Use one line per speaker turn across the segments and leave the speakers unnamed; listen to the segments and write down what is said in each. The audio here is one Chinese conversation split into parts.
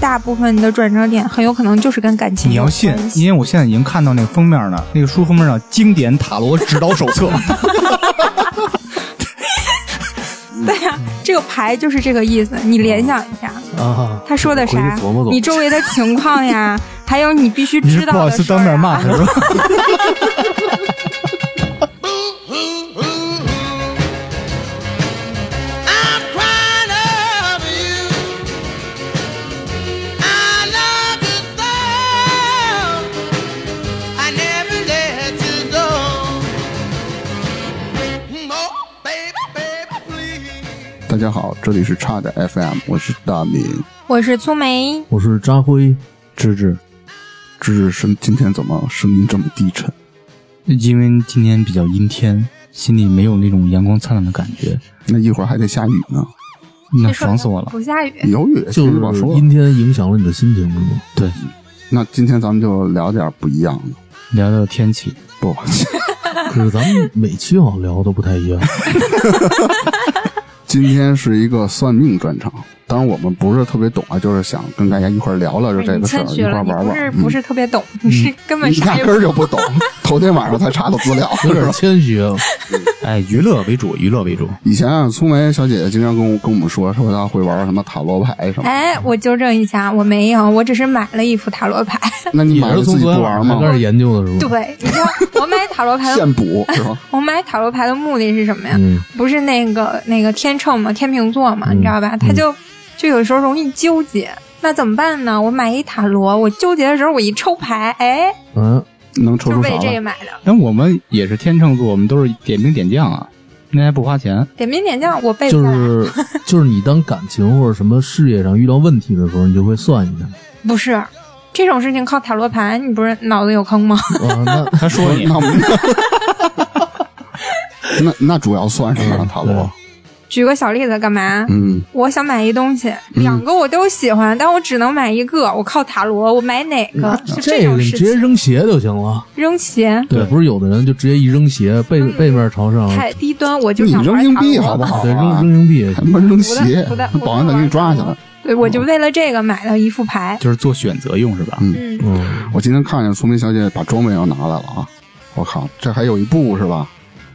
大部分的转折点很有可能就是跟感情
你
有
要
关
信，
系
因为我现在已经看到那个封面了，那个书封面上《经典塔罗指导手 册》
对呀、
嗯
这个牌就是这个意思。你联想一下，
啊，
他说的啥
回去琢磨琢磨？
你周围的情况 呀，还有你必须
你是
知
不
道
好
的
意思
事
当
儿
面
啊。
骂他是吧？
Boo hoo hoo hoo. I'm crying over you. I love you so. I never let you go. Oh, baby, baby, please.
大家好，这里是差点 FM，我是大明。
我是粗梅，
我是张辉，芝芝，
芝芝声今天怎么声音这么低沉？
因为今天比较阴天，心里没有那种阳光灿烂的感觉，
那一会儿还得下雨呢，
那
这说
爽
的
死我了。
不下雨，
有雨
就
先不好
是
说。
阴天影响了你的心情是吗？
对，
那今天咱们就聊点不一样的，
聊聊天 气，
不，
可是咱们每期好像聊的不太一样，
今天是一个算命专场。当然我们不是特别懂啊，就是想跟大家一块儿聊聊就这
哎你
个事儿，
谦
一
虚
块
了，
儿
你
玩
不是
玩。嗯
不是特别懂，你
嗯
是根本
你
啥
压
也
根
不
儿 就不懂，头天晚上才查到资料，
有
是
点
吧？
谦虚啊。
哎，娱乐为主，娱乐为主。
以前啊，苏梅小姐姐经常跟我跟我们说，说她会玩什么塔罗牌什么。
哎，我纠正一下，我没有，我只是买了一副塔罗牌。
那你
也
买了
是啊
自
从
己
昨
不
天
玩
晚上
吗？
开始研究的是吧？
对，你知道我买塔罗牌的，
现补是吧？
我买塔罗牌的目的是什么呀？
嗯，
不是那个那个天秤嘛，天秤座嘛，你知道
嗯
吧？他就就有时候容易纠结，那怎么办呢？我买一塔罗，我纠结的时候我一抽牌，哎，
啊，
能抽
就是
出
为
啥
这个
来？
买的。
但我们也是天秤座，我们都是点兵点将啊，那还不花钱。
点名点将，我背不
就
下来。
是 就是你当感情或者什么事业上遇到问题的时候，你就会算一下
不是这种事情靠塔罗牌，你不是脑子有坑吗？
啊，那
他 说你
那我们那那主要算
嗯
啊什么塔罗？
举个小例子干嘛？
嗯，
我想买一东西，
嗯
两个我都喜欢，但我只能买一个。我靠塔罗，我买哪个？就
这个
种
你
事
直接
情。
扔鞋就行了。
扔鞋
对，不是有的人就直接一扔鞋，背
嗯
背面朝上，
太低端，我就
你
想
扔
玩
硬
塔
币
罗
好不好啊？
对，扔扔硬币也
还
行。
他妈扔鞋
不带不带，
保安得给你抓起来。
对，我就
嗯
为了这个买了一副牌。
就是做选择用是吧？
嗯
嗯，
嗯，
我今天看见聪明小姐把装备要拿来了啊！我靠，这还有一步是吧？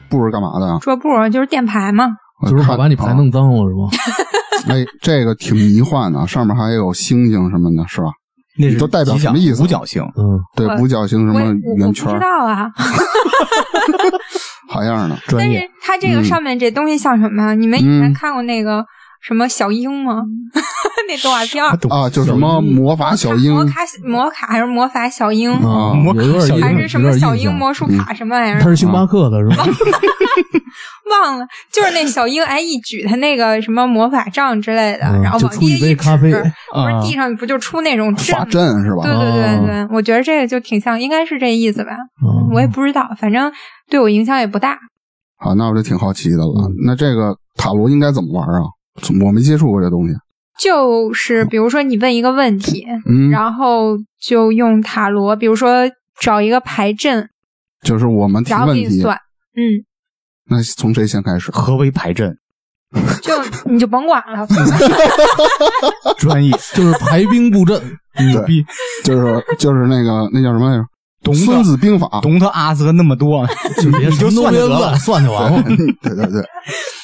步是干嘛的啊？
桌布就是垫牌嘛，
我
就是怕
看
把你牌弄脏了是吧？
哎，这个挺迷幻的，上面还有星星什么的，是吧？
那是
都代表
吉祥
什么意思
五角星，
嗯，
对，
我
五角星什
我也
么
我我
圆
不
圈
知，道啊。
好样的！
专
但
业
是它
嗯
这个上面这东西像什么呀？你们以前看过那个什么小樱吗？ 那动画片儿
啊，就什么魔法小樱，
摩卡摩卡还是魔法小樱，
啊，
摩
有点
卡
有
小
点
樱
还是什么小
有点印
樱
象嗯
魔术卡什么玩意儿
他？是星巴克的是吧？
忘了，就是那小樱，哎，一举他那个什么魔法杖之类的，
嗯
然后
就
往
出一
地下
杯
一
咖啡
指，不是
啊
地上不就出那种阵
法
吗？
阵是吧？
对对对对，
哦
我觉得这个就挺像，应该是这意思吧。
嗯
哦 我也不知道，反正对我影响也不大。
好，啊那我就挺好奇的了
嗯。
那这个塔罗应该怎么玩啊？我没接触过这东西。
就是比如说你问一个问题，
嗯，
然后就用塔罗，比如说找一个牌阵，
就是我们提
然后
问
给你
题，
算。嗯，
那从谁先开始？
何为牌阵？
就你就甭管了，
专业
就是排兵布阵，
牛逼，
就是就是那个那叫什么来着？
懂
《
的
孙子兵法》
懂得阿泽那么多，
就别
你就
什么都
算
别
就得了
问，算就完了。
对对对，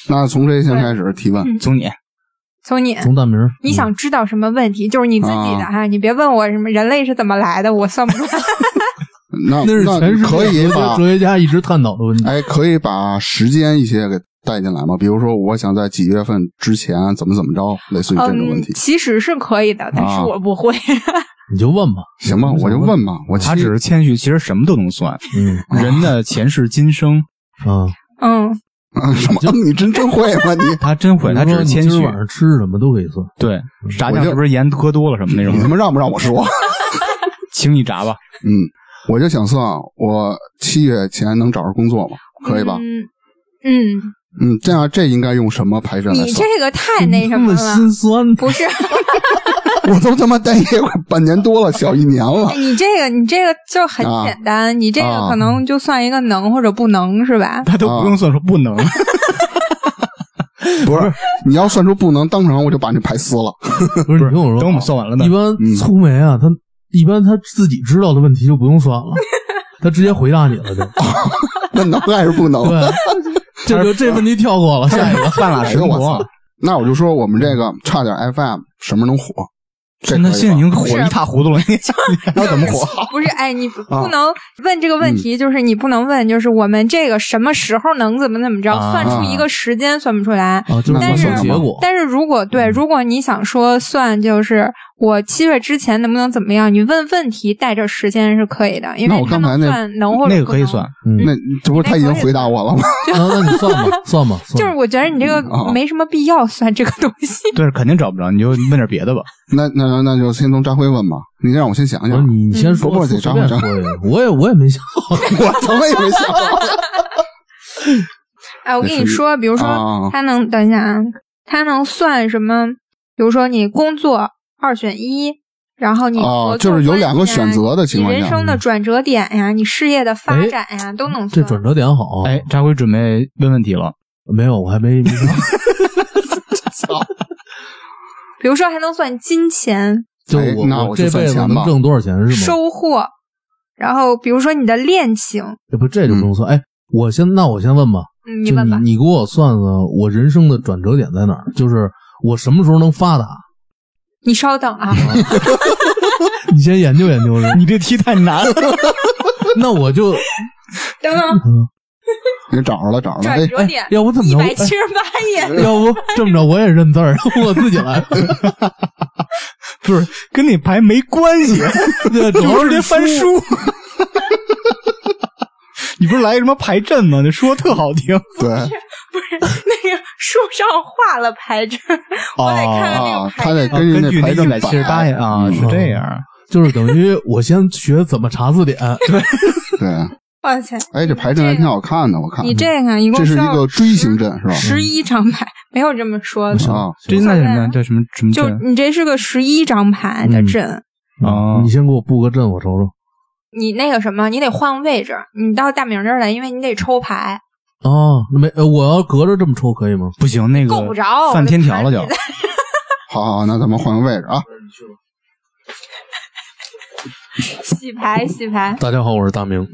那从谁先开始提问？
总你
从你。
从大嗯名，
你想知道什么问题，就是你自己的
啊
哈、你别问我什么人类是怎么来的，我 算不出来。
那
嗯那是全世界
可以
哲学
把
哲学家一直探讨的问题。
哎，可以把时间一些给带进来吗？比如说，我想在几月份之前怎么怎么着，类似于这种问
嗯，
题，
其实是可以的，但是
啊
我不会。
你就问吧，
行吧？我就问吧，我
他
其
只
实啊
是谦虚，其实什么都能算，
嗯
人的前世今生，
啊，
嗯，
啊 什么？你真真会吗？你
他真会，他只是
比如
谦
说你今
虚
儿晚。上吃什么都可以算。
对，炸
我
酱
就是嗯
不是盐喝多了什么那
你他
种？
妈让不让我说？
请你炸吧，
嗯，我就想算我七月前能找着工作吗？可以吧？
嗯嗯，
嗯，这样这应该用什么排阵来
你
算？
这个太那什
这
么
么
了
心，酸，
不是？
我都他妈待业快半年多了，小一年了
哎。你这个，你这个就很
啊
简单，你这个
啊
可能就算一个能或者不能是吧？
他都不用算说不能，
不是，你要算出不能，当场我就把你牌撕了。
不
不
是你
是
听我说，
等我们算完了呢
一般
嗯
粗眉啊，他一般他自己知道的问题就不用 算了，他直接回答你 了就。
那能还是不能？
对，这就这问题跳过了，下 一个。
半拉
哎呦我操！那我就说我们这个差点 FM 什么能火？这
那
可以
现在已
吧
经火一塌糊涂了， 你你还要怎么火？
不是，哎，你不
啊
不能问这个问题，就是你不能问，就是我们这个什么时候能怎么怎么着，
啊
算出一个时间算不出来。
啊，就是
但
算
是
算结果。
但是如果对，如果你想说算，就是我七月之前能不能怎么样，你问问题带着时间是可以的，因
那
为
我
它
刚才
能
那
算能或者
那个可以
不能
算，
嗯，
那这不是他已经回答我了吗？
那那你算吧，算吧，
就
算
是
吧。
我觉得你这个
嗯啊
没什么必要算这个东西。
对，肯定找不着，你就问点别的吧。
那那那那就先从张辉问吧，你让我先想
不
想
是。你你先说，
不不嗯
随
得张
便
张
说一个。我也我也没 想
我怎么也没想到。
哎，我跟你说，比如
啊
说他能等一下啊，他能算什么？比如说你工作二选一，然后你
哦
合作
就是有两个
关系啊
选择的情况下嗯
你人生的转折点呀，你事业的发展呀，都能
哎这
算。
转折点好。
哎，，扎辉准备问问题了，
没有，我还没没想。
哎
比如说还能算金钱
就
哎
我
那我
我
就
这
算
辈子
钱吧
能挣多少钱是吗？
收获，然后比如说你的恋情，
哎不，这就
嗯
不用算。哎，我先那我先问吧，
嗯，你
就
问
你
吧。
你给我算算我人生的转折点在哪儿？就是我什么时候能发达？
你稍等啊，
嗯你先研究研究。
你这题太难了。
那我就
等等，
你找着了，找着了。
转
嗯哎，
折点
要不怎么
一
着？
百
哎
七十八页。
要不这么着，我也认字儿， 我自己来。
不是跟你牌没关系，
对，主要
就直
是
接
这
翻书。你不是来什么牌阵吗？你说特好听，
不
对，
是那个书上画了牌阵，我得看看那
啊
个，
他
牌
得
阵。
根据
根据
那牌
一
阵
百七十八
摆。
页啊，是这样。
就是等于我先学怎么查 字典，
对，
哇塞，
哎，这牌阵还挺好看的，我看嗯
你这个一共
这是
需
一
要
个锥形阵是吧？
十一张牌，没有这么说的。
啊，
这
行
那什么叫什么什么
就
阵
你这是个十一张牌的阵，
啊
嗯你？先给我布个阵，我瞅瞅。
你那个什么，你得换位置，你到大明这儿来，因为你得抽牌，
啊，那没，呃我要隔着这么抽可以吗？
不行，那个
够不着
犯天条了就
我的。
好好，好那咱们换个位置啊。
洗牌洗牌。
大家好，我是大明，
啊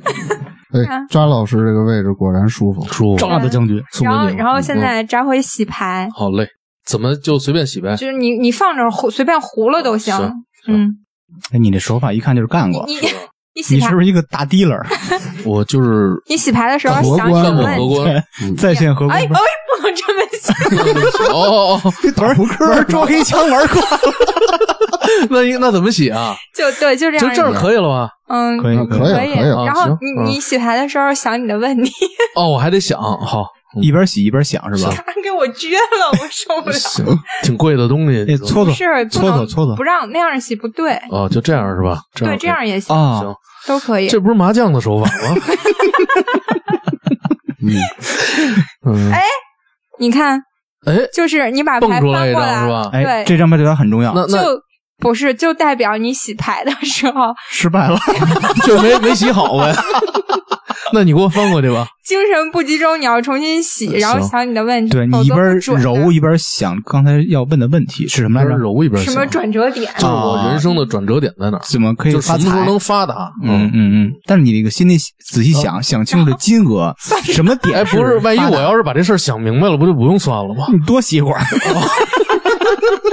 哎，扎老师这个位置果然舒服。
叔，
照样的将军，
送给
然后
你了
然后现在扎回洗牌，
好嘞，怎么就随便洗呗？
就是你你放这儿胡随便胡了都行
是。是
嗯，
哎，你这手法一看就是干过。
你你洗
你是
牌
不是一个大 dealer？
我 就是
你洗牌的时候
干过
想什
干
么
过
问
啊
荷
题？
官。
在线合
哎哎，
规，
不能这么想。
哦哦哦，
玩扑克，玩抓黑枪玩过。
那应那怎么洗啊？
就对，就这
就
样。
这儿可以了 吧？
嗯，
可以
可以
可
可以
啊
然后
行
你
嗯
你洗牌的时候想你的问题，
哦，我还得想，好，
一边洗一边想是吧？
他给我撅了，我受不了。
行，挺贵的东西。
哎，搓
不
搓
是不
搓
能
搓搓搓
不让那样洗不对，
哦，就这样是吧？这样
对，这样也行，
啊！
行，
都可以。
这不是麻将的手 法吗？
嗯，
嗯，
你看，
哎，
就是你把
蹦
牌翻
出来一
过
张
来，
是吧？
哎，
对
这张牌对他很重要，
那那
就不是就代表你洗牌的时候
失 败了。
嗯就没没洗好呗。 那你给我翻过去吧。
精神不集中，你要重新洗，
行
然后想你的问题，
对你
否
一
则
边
不准
揉一边想刚才要问的问题是什么来着？
揉一边啊
什
洗
么转折点，
就是我人生的转折点在哪儿？
怎么可以
就是什
发
么时候
财？
能发达？
嗯，嗯嗯，但是你这个心里仔细想，想清楚这金 额什么点？
嗯哎，不是，万一我
要
要是把这事儿想明白了，不就不用算了吗？
你多洗一会儿，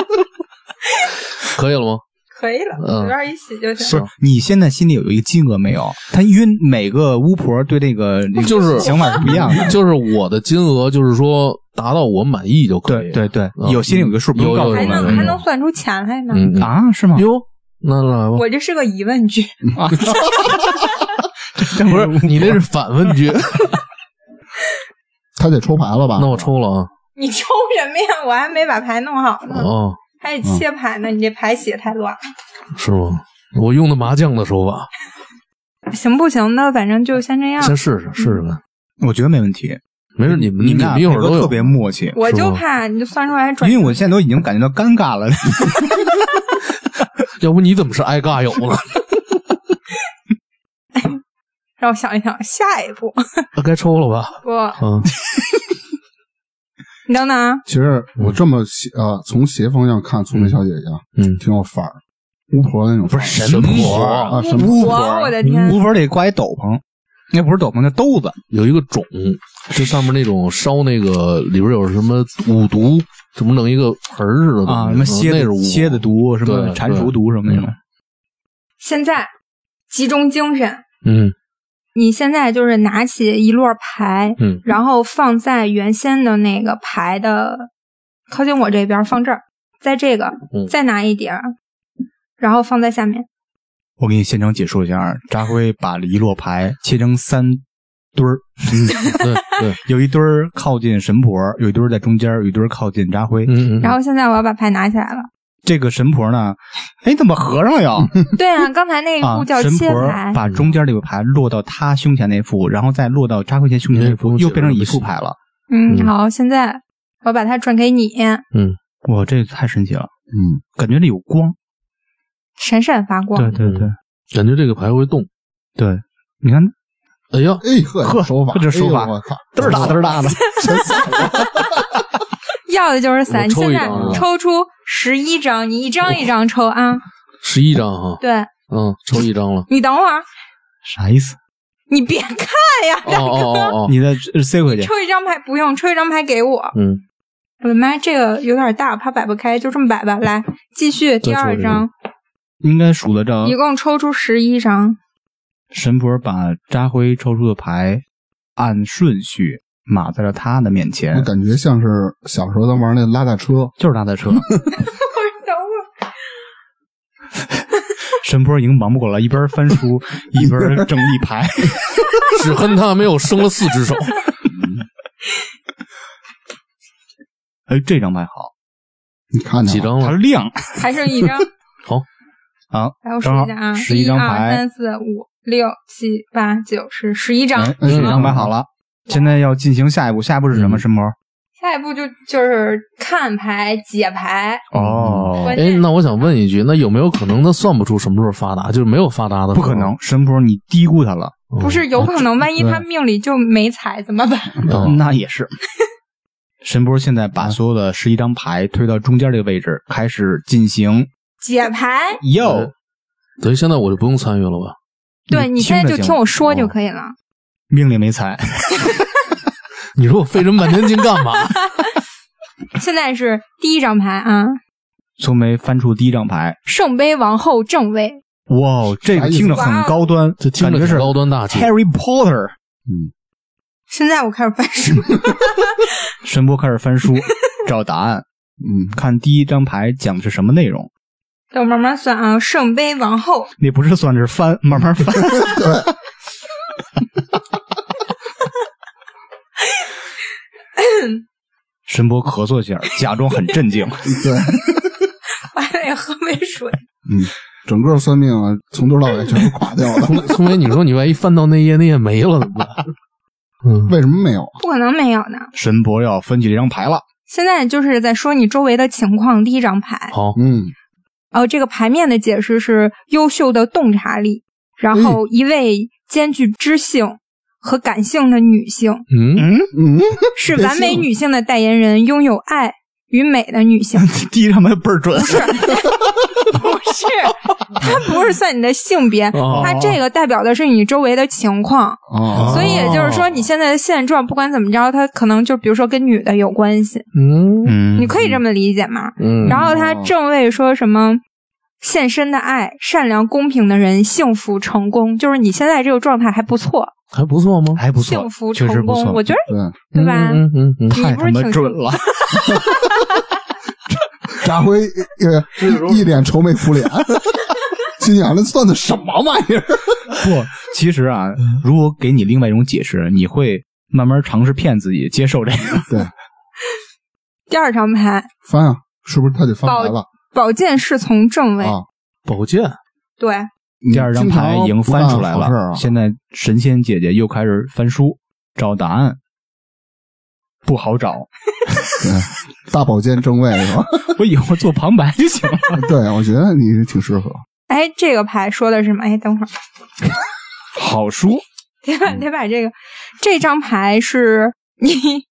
可以了吗？
可以了，
嗯
随便一洗就行。
不是？你现在心里有一个金额没有？他因为每个巫婆对这个这个
就是嗯
想法是不一样的。
就是我的金额，就是说达到我满意就可以。
对对对
嗯，
有心里有个数，不用
有
告诉
还
有
我
能
们
还能算出钱来呢？
嗯，嗯
啊？是吗？
哟，那来吧。
我这是个疑问句，
不是你那是反问 句，
他得抽牌了吧？
那我抽了啊。
你抽什么呀？我还没把牌弄好呢，
哦，
还得切牌呢。你这牌洗的太乱了。
是吗？我用的麻将的手法，
行不行呢？反正就先这样。
先试试试试
嗯
呗。
我觉得没问题。
没事，你们
你们
们
俩
一会
配
儿
合
都有
特别默契，
我
是
就
吗
怕你就算出来转，
因为我现在都已经感觉到尴尬了。
要不你怎么是挨尬友 呢？
让我想一想下一步。
嗯该抽了吧？
不，
嗯，
你等等啊，
其实我这么斜呃，从斜方向看，聪明小姐姐啊
嗯，
挺有范儿，巫婆那种
不
范儿
是神婆
啊，神
巫婆，我的天，
巫婆得挂一斗篷，那不是斗篷，那兜子。
有一个种，就上面那种烧那个里边有什么五毒，怎么弄一个盆儿似的东西
啊，什么蝎
那
子
是五
蝎子，毒，什么
对嗯
蟾蜍毒什么那种。
现在集中精神，
嗯
你现在就是拿起一摞牌，
嗯
然后放在原先的那个牌的靠近我这边，放这儿，在这个，
嗯
再拿一叠儿，然后放在下面。
我给你现场解说一下，啊，扎辉把一摞牌切成三堆儿，
对对，
有一堆儿靠近神婆，有一堆儿在中间，有一堆儿靠近扎辉。
嗯嗯，
然后现在我要把牌拿起来了。
这个神婆呢，哎，怎么合上了又？
对啊，刚才那一
啊
步叫，
神
切
婆
牌，
把中间这个牌落到他胸前那副，然后再落到扎辉前胸前那
哎
副，又变成一副牌了。
嗯，
嗯
好，现在我把它转给你，
哇，这太神奇了，
嗯，
感觉这有光。
闪闪发光。
对对
嗯感觉这个牌会动。
对，你看
哎呀，
哎呵，
呵
手法，
呵这手法
哎呦我操，
嘚儿哒嘚儿哒 的，
真散了，
要的就是伞。
我抽
现
一
在
张啊
抽出十一张，你一张一张抽啊。
十一张哈，
对
嗯，抽一张了。
你等会儿，
啥意思？
你别看呀，
哦哦哦哦，
你再塞回去。
抽一张牌不用，抽一张牌给我。
嗯，
我的妈，这个有点大，怕摆不开，就这么摆吧。来，继续第二张，
应该数得着
一共抽出十一张。
神婆把扎辉抽出的牌按顺序码在了他的面前
我，感觉像是小时候咱玩那拉大车，
就是他 的车。
等会儿，
神婆已经忙不过来，一边翻书一边整理牌。
只恨他没有生了四只手。
哎，这张牌好，
你看见
几
了吗？
张
它
了？
亮。
还剩一 张。
好，
来，我数一下
正好
啊，
11
一
张
二
牌
三四五六七八九十十一张
哎。，
嗯
这张牌好了。现在要进行下一步，下一步是什么？
嗯
神婆？
下一步就就是看牌解牌，
哦
关
哎，
键
那我想问一句，那有没有可能他算不出什么时候发达，就是没有发达
嗯
的？
不可能，，神婆你低估他了，
不是有可能，万一他命里就没财怎么办？
哦
嗯
那也是。神婆现在把所有的十一张牌推到中间这个位置，开始进
嗯
行
解牌，
哟。
等于现在我就不用参与了吧？
对你现在就
着
听我说就
哦
可以了。
命里没财，
你说我费这么半天劲干嘛？
现在是第一张牌啊，
从没翻出第一张牌。
圣杯王后正位，
哇，哦这个听着很
哦
高端，
这听
感
着
觉
挺
是
高端大气。
Harry Potter。
现在我开始翻书，
神波开始翻书，找答案，
嗯，
看第一张牌讲的是什么内容。
等我慢慢算啊。圣杯王后，
那不是算是翻，慢慢 翻。 神波咳嗽一下，假装很震惊。
对，
我还得喝杯水。
整个算命啊，从头到尾全是垮掉 的，
聪聪梅，你说你万一翻到那页，那页没了怎么办？嗯，
为什么没有？
不可能没有呢。
神伯要分析这张牌了，
现在就是在说你周围的情况。第一张牌，
好，
嗯，
哦，这个牌面的解释是优秀的洞察力，然后一位兼具知性和感性的女性，
嗯，
嗯，
是完美女性的代言人，拥有爱与美的女性。
第一张牌倍儿准。
不是，它不是算你的性别，
哦
它这个代表的是你周围的情况。
啊，
所以也就是
哦
说，你现在的现状，不管怎么着，它可能就比如说跟女的有关系，
嗯
嗯
你可以这么理解吗？
嗯，
然后他正位说什么？献身的爱，善良公平的人，幸福成功，就是你现在这个状态还不错，
还不错吗？
还不错，
幸福
确实
成
不
功，
错。
我觉得
对，
对吧
嗯嗯嗯嗯，
你
太
不
他
是
妈
挺
准了，
扎辉呃一一脸愁眉苦脸， 心想那算的什么玩意儿？
不，其实啊，
嗯
如果给你另外一种解释，你会慢慢尝试骗自己，接受这个。
第二张牌，
翻啊，是不是他得翻牌了
宝剑侍从正位，
啊？
哦宝剑，
对，
你
第二张牌已经翻出来
经常不干好事儿
了，
啊
现在神仙姐姐又开始翻书找答案，不好 找，
对大宝剑正位是吧？
我以后做旁白就行了。
对，我觉得你挺适 合。
哎，这个牌说的是什么？哎，等会儿，
好书，
得把得把这个这张牌是你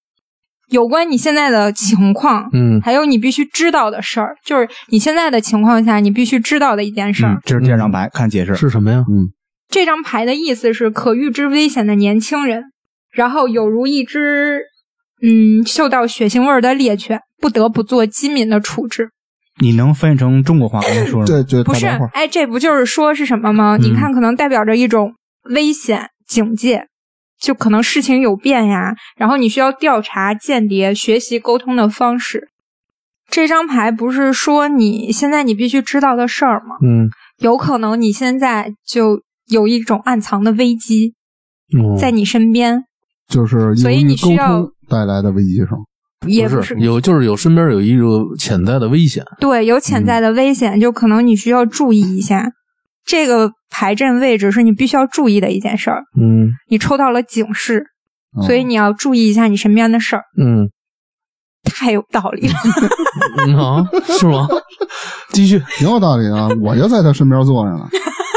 有关你现在的情况，
嗯
还有你必须知道的事儿，就是你现在的情况下你必须知道的一件事儿。
嗯，这是第二张牌，看解释。
是什么呀？
这张牌的意思是可预知危险的年轻人，然后有如一只嗯嗅到血腥味儿的猎犬，不得不做机敏的处置。
你能翻译成中国话跟我说说
这
吗？
这
不是
大白话，
哎，这不就是说是什么吗？
嗯
你看，可能代表着一种危险警戒，就可能事情有变呀，然后你需要调查、间谍、学习沟通的方式。这张牌不是说你现在你必须知道的事儿吗？
嗯，
有可能你现在就有一种暗藏的危机
哦
在你身边，
就是由
所以
于
你
沟
需要
通带来的危机是吗？
也不
不是有就是有身边有一个潜在的危险，
对，有潜
嗯
在的危险，就可能你需要注意一下。这个牌阵位置是你必须要注意的一件事儿。
嗯
你抽到了警示，
嗯
所以你要注意一下你身边的事儿。
嗯
太有道理了，
嗯啊，是吗？继续，
挺有道理啊，我就在他身边坐着 呢，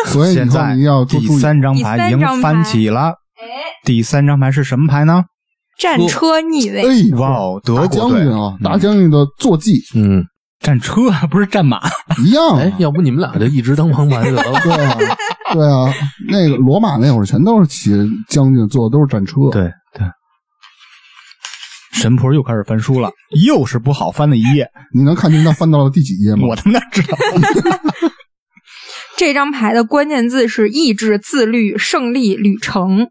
所以以
现
后
在
你要多
第
注意。
三张
第
牌已
三张
经翻
牌
起了。第三张牌是什么牌呢？
战车逆
哎
位，
呦，
哇哦，
大
德国
将
队
军啊，
嗯
大将军的 坐骑
嗯，
战车不是战马，
一样啊，，
哎，要不你们俩就一直当旁白得 了
对啊，对啊，那个罗马那会儿全都是骑将军坐的都是战车，
对对。神婆又开始翻书了，又是不好翻的一页，
你能看清他翻到了第几页吗？
我他妈哪知道？
这张牌的关键字是意志、自律、胜利、旅程。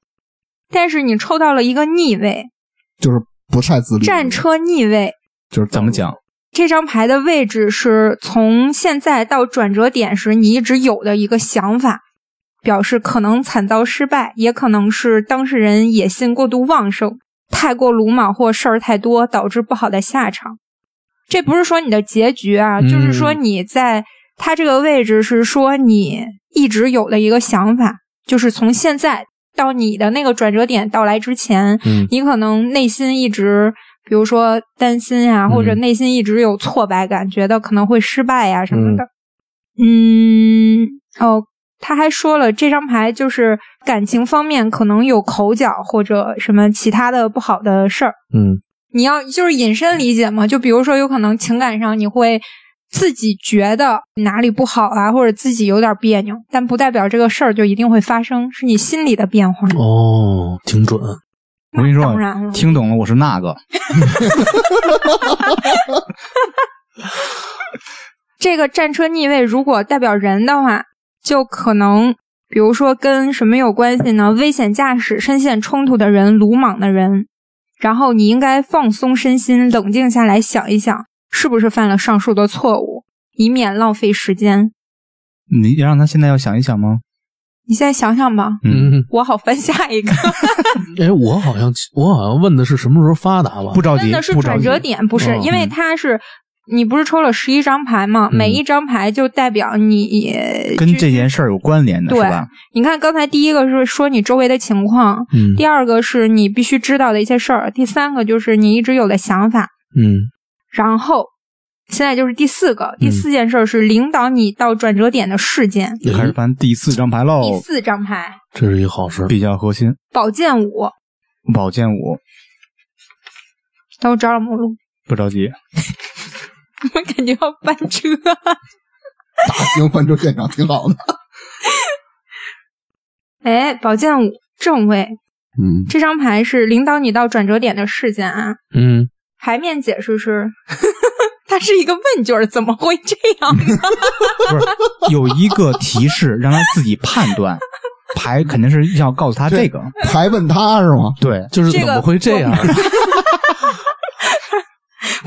但是你抽到了一个逆位，
就是不太自律，
战车逆位，
就是怎么讲？
这张牌的位置是从现在到转折点时你一直有的一个想法，表示可能惨遭失败，也可能是当事人野心过度旺盛、太过鲁莽或事儿太多导致不好的下场。这不是说你的结局啊，
嗯
就是说你在它这个位置是说你一直有的一个想法，就是从现在到你的那个转折点到来之前，
嗯
你可能内心一直，比如说担心呀、或者内心一直有挫败感，觉得可能会失败呀、什么的。嗯，哦，他还说了，这张牌就是感情方面可能有口角或者什么其他的不好的事儿。
嗯
你要就是引申理解嘛，就比如说有可能情感上你会自己觉得哪里不好啊，或者自己有点别扭，但不代表这个事儿就一定会发生，是你心理的变化。
哦，挺准，
嗯我跟你说
当然了，，
听懂了，我是那个，
这个战车逆位如果代表人的话，就可能比如说跟什么有关系呢？危险驾驶、深陷冲突的人、鲁莽的人，然后你应该放松身心，冷静下来想一想，是不是犯了上述的错误，以免浪费时间。
你让他现在要想一想吗？
你现在想想吧，
嗯，
嗯，
我好翻下一个。
哎，我好像我好像问的是什么时候发达吧？
不着
真
急
的是，
不着
转
急。
折点，不是、
嗯
因为它是。你不是抽了十一张牌吗？
嗯
每一张牌就代表你
跟这件事儿有关联的是
对
吧？
你看，刚才第一个是说你周围的情况，
嗯
第二个是你必须知道的一些事儿，第三个就是你一直有的想法，
嗯
然后现在就是第四个，
嗯
第四件事儿是领导你到转折点的事件。
又开始翻第四张牌
第
喽，
四张牌，
这是一个好事，
比较核心，
宝剑五，
宝剑五，
等我找找目录，
不着急。
我 感觉要翻车。
大型翻车现场挺 好的，
哎，宝剑五正位，
嗯，
这张牌是领导你到转折点的事件啊。
嗯，
牌面解释是， 它是一个问句儿，怎么会这样呢？
不是有一个提示让他自己判断，牌肯定是要告诉他这个。
还问他是吗？
对，
就是
这
怎
个
么会这样？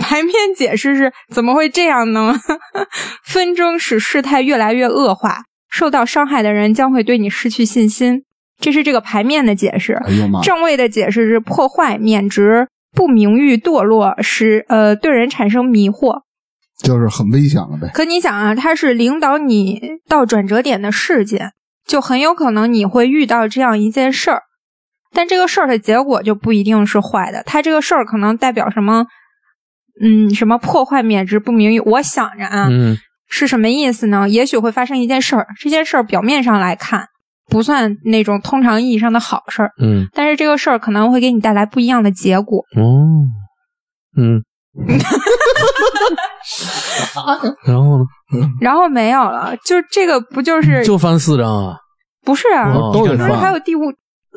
牌面解释是怎么会这样呢？ 纷争使事态越来越恶化，受到伤害的人将会对你失去信心。这是这个牌面的解释。
哎呦妈，
正位的解释是破坏、贬值、不名誉、堕落，使呃对人产生迷惑。
就是很危险了呗。
可你想啊，它是领导你到转折点的事件，就很有可能你会遇到这样一件事儿，但这个事儿的结果就不一定是坏的。它这个事儿可能代表什么？嗯，什么破坏、免职、不名誉？我想着啊，
嗯
是什么意思呢？也许会发生一件事儿，这件事儿表面上来看不算那种通常意义上的好事儿，
嗯
但是这个事儿可能会给你带来不一样的结果。
哦， 嗯，然后呢？
然后没有了，就这个不就是
嗯就翻四张啊，
不是啊？
哦
都得
不是还
放。
有第五？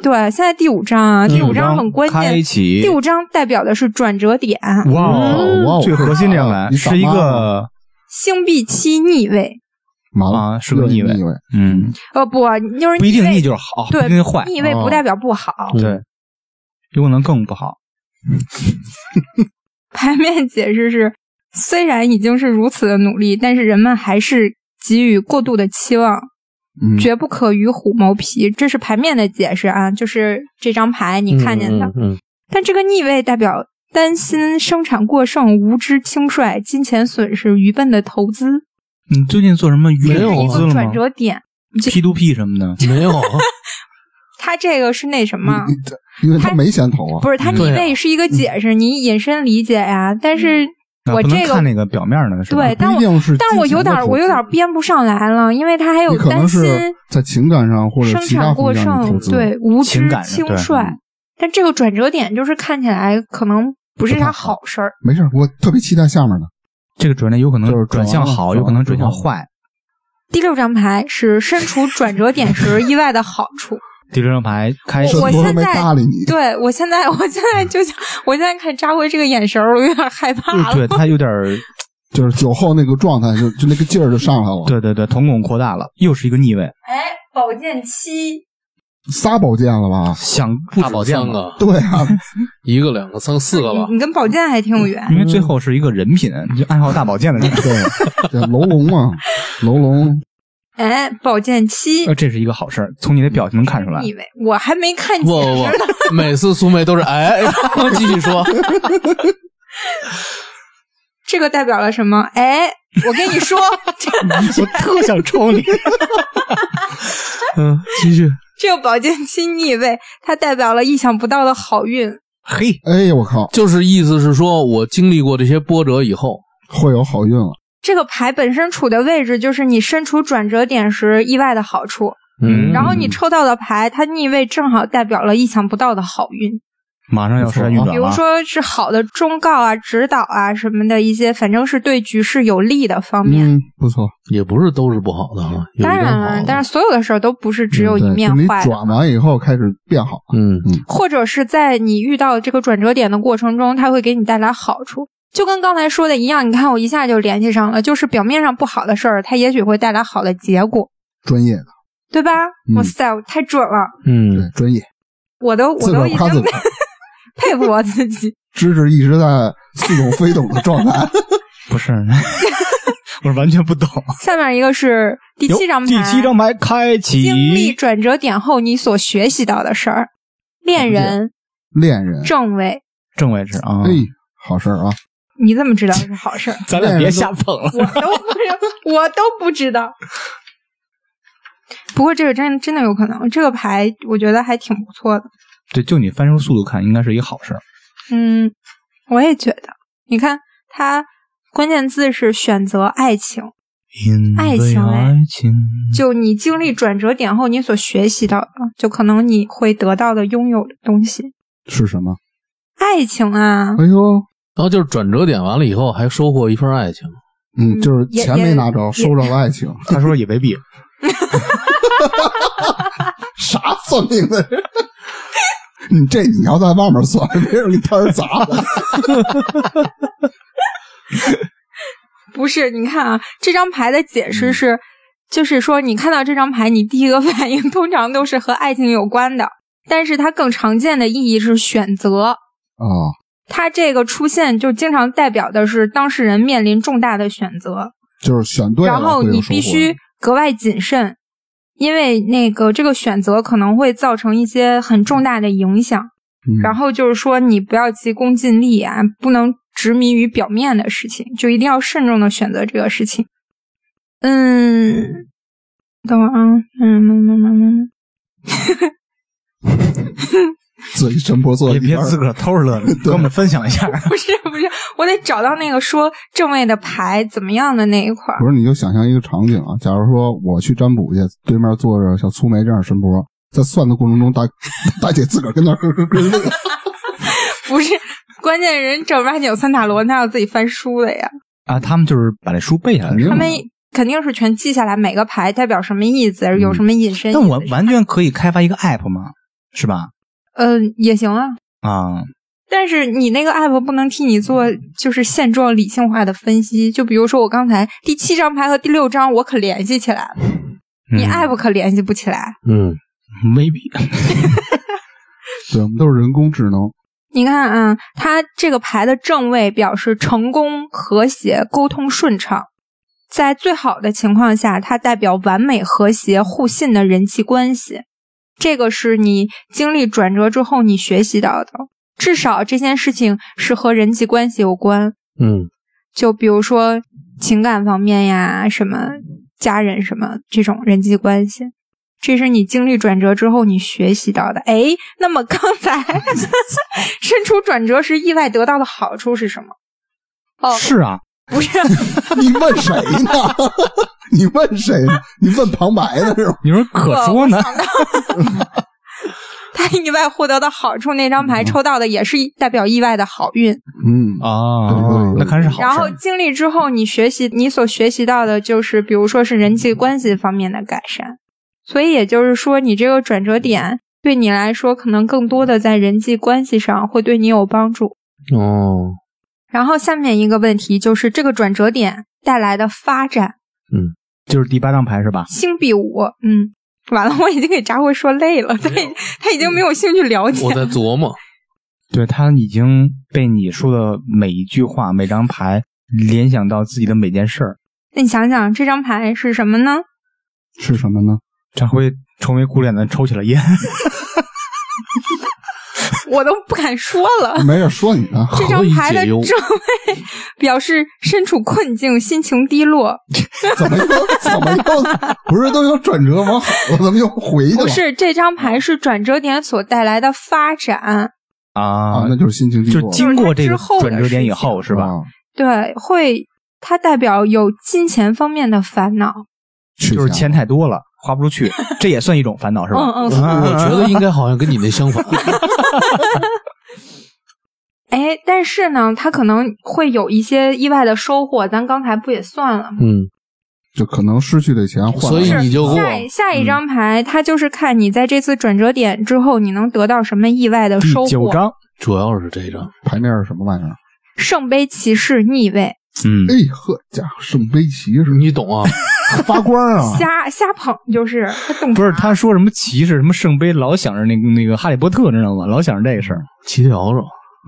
对，现在第五章啊，第五章很关
嗯开
键，
启
第五章代表的是转折点，
哇哦
嗯
哇哦
最核心这样来
你打
是一
骂
个
星币七逆位。
完了，
啊是个逆位
逆位，
嗯，
呃，不，就是
不一定
逆
逆
位
就是好，不
对
一定坏，
逆位不代表不好。
嗯
对，有可能更不好。
牌面解释是，虽然已经是如此的努力，但是人们还是给予过度的期望，
嗯，
绝不可与虎谋皮。这是牌面的解释啊，就是这张牌你看见的。
嗯嗯，嗯
但这个逆位代表担心生产过剩、无知轻率、金钱损失、愚笨的投资，
你最近做什么鱼
没
类
有啊
一
投资
个
了
转
吗
折点。
？P to P 什么的，
没有啊，
它这个是那什么？
你因为他没先投啊
不，是，它逆
对啊
位是一个解释，你引申理解呀、但是
啊
我
不能
这个
看那个表面的是吧？
对，但
不
我
一定是
但我有点儿，我有点儿
金
编不上来了，因为他还有
钱的投资你可
担
能
心
是在情感上或者
生
其他
产
方
过
面的投
剩，
资，
对无知
情感上
轻
对
率
嗯。
但这个转折点就是看起来可能不是
不
啥
太好
好事儿，
没事儿，我特别期待下面的。
这个转折有可能
就是
转向
转
好，
弯
有可能转向
转
坏。
第六张牌是身处转折点时意外的好处。
第六张牌开始
我
说
现
多没
在
搭理你，
对我现在，我现在就想，我现在看扎辉这个眼神儿，我有点害怕了。
对他有点儿
就是酒后那个状态，就就那个劲儿就上来了。
对对对，瞳孔扩大了，又是一个逆位，
哎，宝剑七，
仨宝剑了吧？
想
不
大宝剑
三
了，
个，
对啊，
一个、两个、三四个吧
你。你跟宝剑还挺有缘。
因为最后是一个人品，就爱好大宝剑的人。
对， 这楼龙嘛，楼龙
哎，宝剑七
呃，，这是一个好事儿，从你的表情能看出来。
逆位，我还没看
不
见。
不不，每次苏梅都是哎，然后继续说，
这个代表了什么？哎，我跟你说， 这
我特想抽 你，
嗯，继续，
这个宝剑七逆位，它代表了意想不到的好运。
嘿，
哎呀，我靠，
就是意思是说我经历过这些波折以后，
会有好运了。
这个牌本身处的位置就是你身处转折点时意外的好处，
嗯
然后你抽到的牌，它逆位正好代表了意想不到的好运，
马上要时代运转了。啊
比如说是好的忠告啊、指导啊什么的一些，反正是对局势有利的方面。
嗯，不错，
也不是都是不好的啊，有一
当
点
然
好
了
的，
但是所有的事儿都不是只有一
嗯对
面
就你
坏的。
转完以后开始变好，
嗯
或者是在你遇到这个转折点的过程中，它会给你带来好处。就跟刚才说的一样，你看我一下就联系上了，就是表面上不好的事儿，它也许会带来好的结果，
专业的，
对吧？
嗯
哇塞，我太准了，
嗯
对，专业，
我都我
自个
都
儿
已
夸自
经
个儿，
佩服我自己。
知识一直在似懂非懂的状态。
不是， 我是完全不懂。
下面一个是第七张牌，
第七张牌开启，
经历转折点后你所学习到的事儿，恋人
恋人，
正位，
正位置啊
哎，，好事儿啊！
你怎么知道是好事儿？
咱俩别瞎碰了。
我都不知，我都不知道。不过这个真真的有可能，这个牌我觉得还挺不错的。
对，就你翻书速度看，应该是一个好事儿。
嗯，我也觉得。你看，它关键字是选择爱情，
因
爱
为
情哎
爱情，
就你经历转折点后，你所学习到的，就可能你会得到的、拥有的东西。
是 什么？
爱情啊，
哎呦，
然后就是转折点完了以后，还收获一份爱情，
嗯，
嗯
就是
也
钱
也
没拿着，收着了爱情，
他说也未必。
啥算命的人？ 你这你要在外面算，没人给你摊儿砸了。
不是？你看啊，这张牌的解释是，就是说你看到这张牌，你第一个 反应通常都是和爱情有关的，但是它更常见的意义是选择。
啊，
它这个出现就经常代表的是当事人面临重大的选择，
就是选对了，
然后
会有
你
收获
必须格外谨慎，因为那个这个选择可能会造成一些很重大的影响。
嗯
然后就是说，你不要急功近利啊，不能执迷于表面的事情，就一定要慎重的选择这个事情。嗯，等会儿啊，嗯嗯嗯嗯嗯，
自己神婆做
别
一
别
边儿
自个儿偷着乐， 跟我们分享一下。
不是不是，我得找到那个说正位的牌怎么样的那一块儿。
不是，你就想象一个场景啊，假如说我去占卜去，对面坐着像粗梅这样的神婆， 在算的过程中，大大姐自个儿跟那儿咯咯咯乐，
不是，关键人正儿八经有三塔罗，他要自己翻书的呀，
啊，他们就是嗯把这书背下来，是
他
吗？
们肯定是全记下来，每个牌代表什么意思，有什么引申意思。
嗯但我完全可以开发一个 app 嘛，是吧？
嗯、也行啊，
啊，
但是你那个 app 不能替你做就是现状理性化的分析。就比如说我刚才第七张牌和第六张，我可联系起来了，你
嗯
app 可联系不起来。
嗯，
maybe
对，我们都是人工智能。
你看啊，它这个牌的正位表示成功、和谐、沟通顺畅，在最好的情况下，它代表完美、和谐、互信的人际关系。这个是你经历转折之后你学习到的，至少这件事情是和人际关系有关。
嗯
就比如说情感方面呀，什么家人什么这种人际关系，这是你经历转折之后你学习到的。哎，那么刚才身处转折时意外得到的好处是什么？哦，
是啊，
不是，
你问谁呢？ 你问谁呢？你问旁白呢是吗？
你说可说呢
我？想到他意外获得的好处那张牌抽到的也是代表意外的好运。
嗯，
啊
对对，对
那看来是好事儿。
然后经历之后，你学习你所学习到的就是，比如说是人际关系方面的改善。所以也就是说，你这个转折点对你来说，可能更多的在人际关系上会对你有帮助。
哦，
然后下面一个问题就是这个转折点带来的发展，
就是第八张牌是吧？
星币五，嗯，完了，我已经给扎辉说累了，他已他已经没有兴趣了解
我在琢 磨，
对他已经被你说的每一句话、每张牌联想到自己的每件事儿。
那你想想这张牌是什么呢？
是什么呢？
张辉愁眉苦脸的抽起了烟，
我都不敢说了。
没事，说你啊呢。
这张牌的正位 表示身处困境、心情低落，
怎么又怎 么又不是都有转折往好了，怎么又回去了？
不是这张牌是转折点所带来的发展，
啊
啊，那就是心情低
就
落了
经过嗯这
就是
个
他之后的
转折点以后是吧？
啊
对，会它代表有金钱方面的烦恼，
去
就是
向
钱太多了，花不 出去，这也算一种烦恼是吧？
嗯嗯。
我觉得应该好像跟你那相反。
哎，但是呢，它可能会有一些意外的收获，咱刚才不也算了吗？
嗯，
就可能失去的钱换来
所以
的
你就过，
下一下
嗯
一张牌，它就是看你在这次转折点之后，你能得到什么意外的
第
收获。
九张，
主要是这张，
牌面是什么玩意儿？
圣杯骑士逆位，
嗯，
哎呵，家伙，圣杯骑士
你懂啊？
发光 啊！
瞎瞎捧就是它动
不是他说什么骑士什么圣杯，老想着那个那个哈利波特，知道吗？老想着这个事儿。
骑条帚，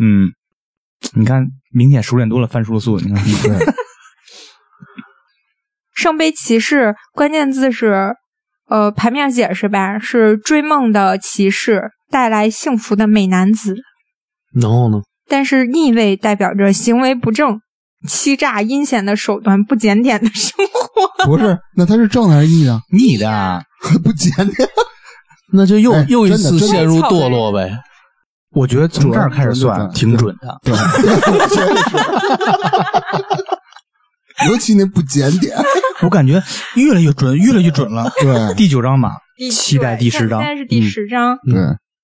嗯，你看，明显熟练多了翻书的速度。你 看，
圣杯骑士关键字是，呃，牌面解释吧，是追梦的骑士带来幸福的美男子，
然后呢？
但是逆位代表着行为不正、欺诈、阴险的手段、不检点的生活。
不是，那他是正还是 逆啊？
你的啊，
不检点，
那就又
哎
又一
真的
次
真的
陷入堕落呗。
我觉得从这儿开始
准
算
准
挺准的。
对，我觉得是 尤其那不检点，
我感觉越来越准，越来越准了。
对
第九章嘛，期待第十章。
现在是第
嗯
十章，
对，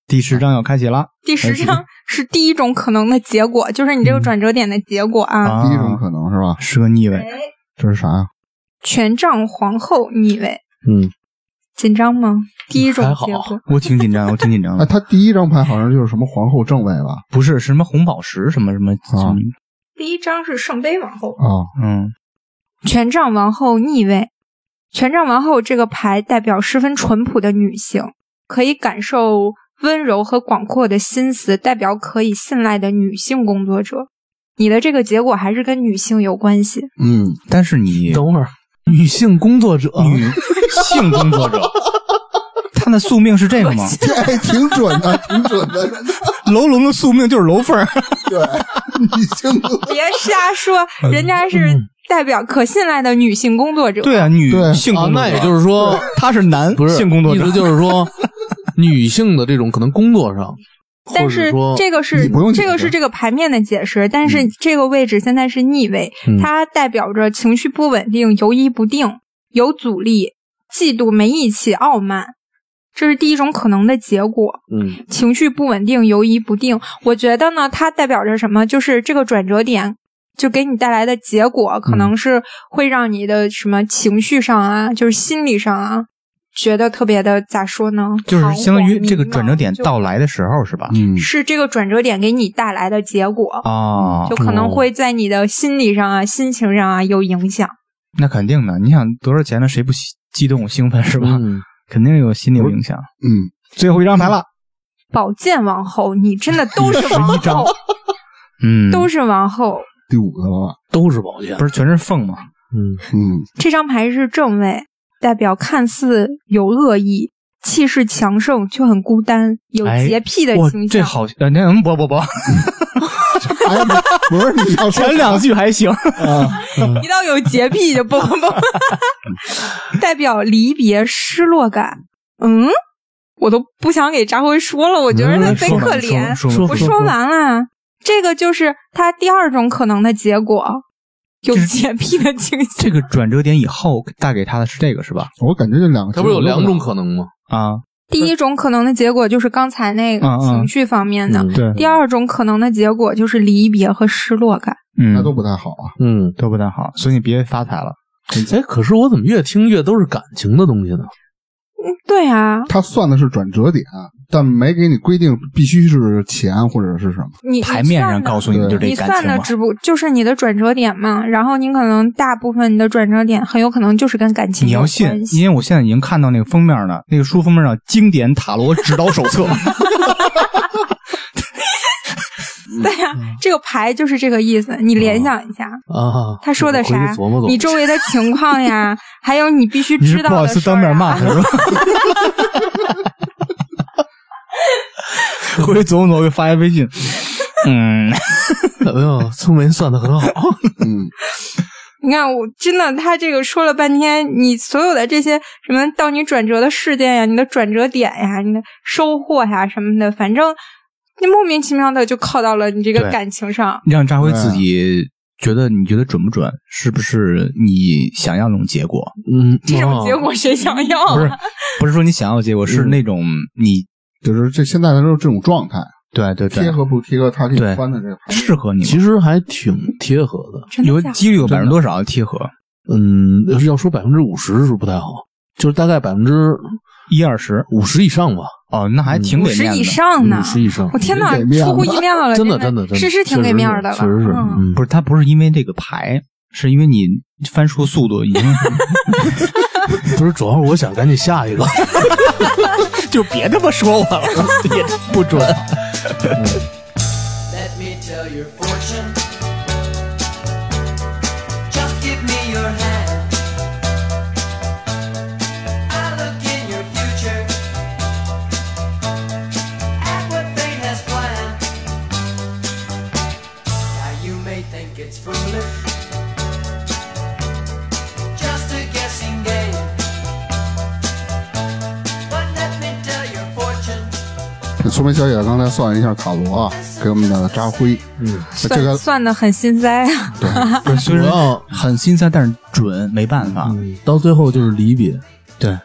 第十章要开启了
第十章是第一种可能的结果，就是你这个转折点的结果啊。
嗯啊！
第一种可能是吧？
是个逆位，
哎
这是啥呀？
权杖皇后逆位，
嗯，
紧张吗？第一种
还好
结果，
我挺紧张，我挺紧张
哎，
的。
他第一张牌好像就是什么皇后正位 吧？
不是是什么红宝石，什么什么，什么
第一章是圣杯王后。
啊，
嗯，
权杖王后逆位，权杖王后这个牌代表十分淳朴的女性，可以感受温柔和广阔的心思，代表可以信赖的女性工作者。你的这个结果还是跟女性有关系，
嗯，
但是你
等会儿，女性工作者，
女性工作者，她的宿命是这个吗？
这哎挺准的，挺准 的，真的
楼龙的宿命就是楼凤儿，
对，女性工
别瞎说，人家是代表可信赖的女性工作者。
对啊，女
对
性
啊
工，作
那
者，
也就是说，
她是男
不是
性工作者
意思，就是 说，女性的这种可能工作上，
但
或者
是
说
这个是
你不用
这
解
个
释
是这个牌面的解释，但是
嗯
这个位置现在是逆位，
嗯
它代表着情绪不稳定、犹疑不定、有阻力、嫉妒、没义气、傲慢。这是第一种可能的结果。
嗯
情绪不稳定、犹疑不定，我觉得呢，它代表着什么？就是这个转折点。就给你带来的结果，
嗯
可能是会让你的什么情绪上啊，就是心理上啊，觉得特别的咋说呢？
就是相当于这个
彷徨迷茫
转折点
就
到来的时候是吧？
嗯，
是这个转折点给你带来的结果，
哦
就，可能会在你的心理上啊、心情上啊有影响。
那肯定的。你想多少钱了，谁不喜激动兴奋是吧？
嗯，
肯定有心理有影响。
嗯，
最后一张牌了，
宝剑王后，你真的都是王 后，
嗯，
都
是
是王后。
第五个了吧？
都是保健
不，是全是凤嘛？
嗯
嗯，
这张牌是正位，代表看似有恶意，气势强盛却很孤单，有
哎
洁癖的
哇
倾，
这
向。
好，呃那嗯，不不不，
哎，不是你要说
前两句还行。
啊，
一到有洁癖就蹦蹦蹦， 代表离别、失落感。嗯，我都不想给扎辉说了，我觉得他
嗯
贼
说
可
吧说
怜。
说
说
我说完了，这个就是他第二种可能的结果，有
就是
洁癖的倾向。
这个转折点以后带给他的是这个是吧？
我感觉这两个，
它不是有两种，可能吗？
啊，
第一种可能的结果就是刚才那个
嗯嗯
情绪方面的，
嗯
对，
第二种可能的结果就是离别和失落感。
嗯
那都不太好啊。
嗯，
都不太好，所以你别发财了。
哎，可是我怎么越听越都是感情的东西呢？
对啊，
他算的是转折点，但没给你规定必须是钱或者是什么。
你你
牌面
算
上
的
告诉你
对
就这
你
感
算
情
的
嘛，
只不就是你的转折点嘛，然后你可能大部分你的转折点很有可能就是跟感情
你
有
要信
关，系。
因为我现在已经看到那个封面了，那个书封面上《经典塔罗指导手册》
对
嗯
呀、这个牌就是这个意思。你
哦
联想一下，
啊，
他说的
我
啥
回去琢磨琢？磨
你周围的情况呀，还有你必须
你是
知
不
道
好
的
意思
事
当
儿
面
啊。
骂他是 吧？回去琢磨琢磨，发一微信。嗯，
哎呦，聪明算的很好，
嗯，
你看，我真的，他这个说了半天，你所有的这些什么到你转折的事件呀，你的转折点呀，你的收获呀什么的，反正你莫名其妙的就靠到了你这个
对
感情上。
让扎辉自己觉得你觉得准不准，是不是你想要那种结果？
嗯，
这种结
啊
果谁想要啊？
哦不是，不是说你想要的结果，
嗯
是那种你
就是这现在的这种状态，
对对
贴
对，
合不贴合，他给
对
你翻的这个牌。
适合你吗。
其实还挺贴合的。
真
有
的假的
几率有百分之多少贴合？
嗯，要是要说百分之五十是不太好，就是大概百分之
一二十
五十以上吧，
哦，那还挺
嗯五
给
十
面
以
子。
上呢
五？十以上
我。天哪
挺给，面
出乎意料了，
真
的
的真的真的，
是是挺给面儿的了，
确实是，
嗯，
嗯，
不
是
是，他不是因为这个牌，是因为你翻书速 度已经
不是，主要是我想赶紧下一个。
就别他妈说我了，也不准。
Let me tell your fortune. Just give me your hand. I look in your future at what fate has planned. Now you may think it's foolish, just a guessing game. But let me tell your fortune.
聪明小姐刚才算了一下塔罗啊，给我们的扎辉，嗯，这
算
个
算的很心塞啊。
不是，虽
主
然
要
很心塞，但是准，没办法。
嗯到最后就是离别，
对，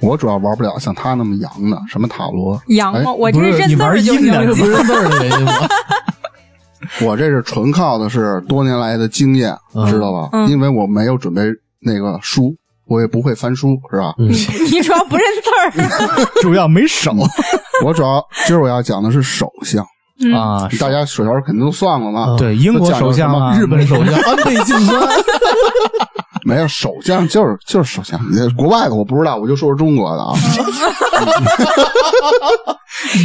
我主要玩不了像他那么洋的，什么塔罗
羊吗？
哎
我这
不
是
是
认
你
字
玩
儿就
阴
行
的
了
这不是字儿的原 因吗？
我这是纯靠的是多年来的经验，
嗯
知道吧？
嗯
因为我没有准备那个书，我也不会翻书，是 吧？
嗯
你主要不认字儿，
主要没手
我主要今儿我要讲的是首相，
嗯
啊。
大家手相肯定都算过嘛。
嗯
对，英国首相啊，
日本首相安倍晋 三，
没有首相就是就是首相，那国外的我不知道，我就说说中国 的啊。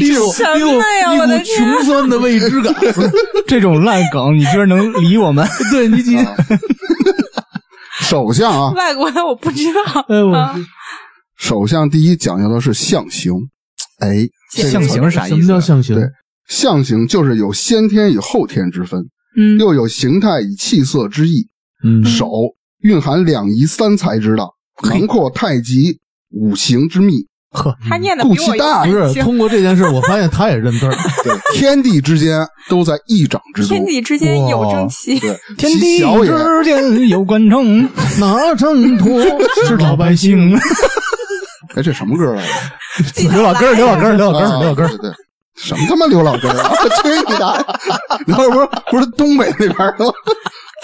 一股
什么呀
一股
我的
一股
天啊
穷酸的未 知感。
这种烂梗，你居然能理 我们？对你
啊首相啊，
外国的我不知道。
哎我
啊
首相第一讲究的是象形，哎，这个
象
词儿
形是啥
什
意
么叫
思？
象形？
对象形就是有先天与后天之分，
嗯，
又有形态与气色之意。
嗯
手蕴含两仪三才之道，囊括太极五行之秘。
他念的
肚
比
脐
我
大
不
有感
是，
情
通过这件事，我发现他也认字儿。
对，天地之间都在一掌之中
天。地之间有正气，
对，
天
其
地
小也
之间有关城，
哪挣脱是
是
老
老
百
百
姓。
姓。
哎，这什么歌来着？
刘老根儿，刘老根儿，
哦
刘老根儿，刘老根儿
啊，对对，什么他妈刘老根儿啊！ 我去 你大爷！然后不是不是东北那边儿 的吗？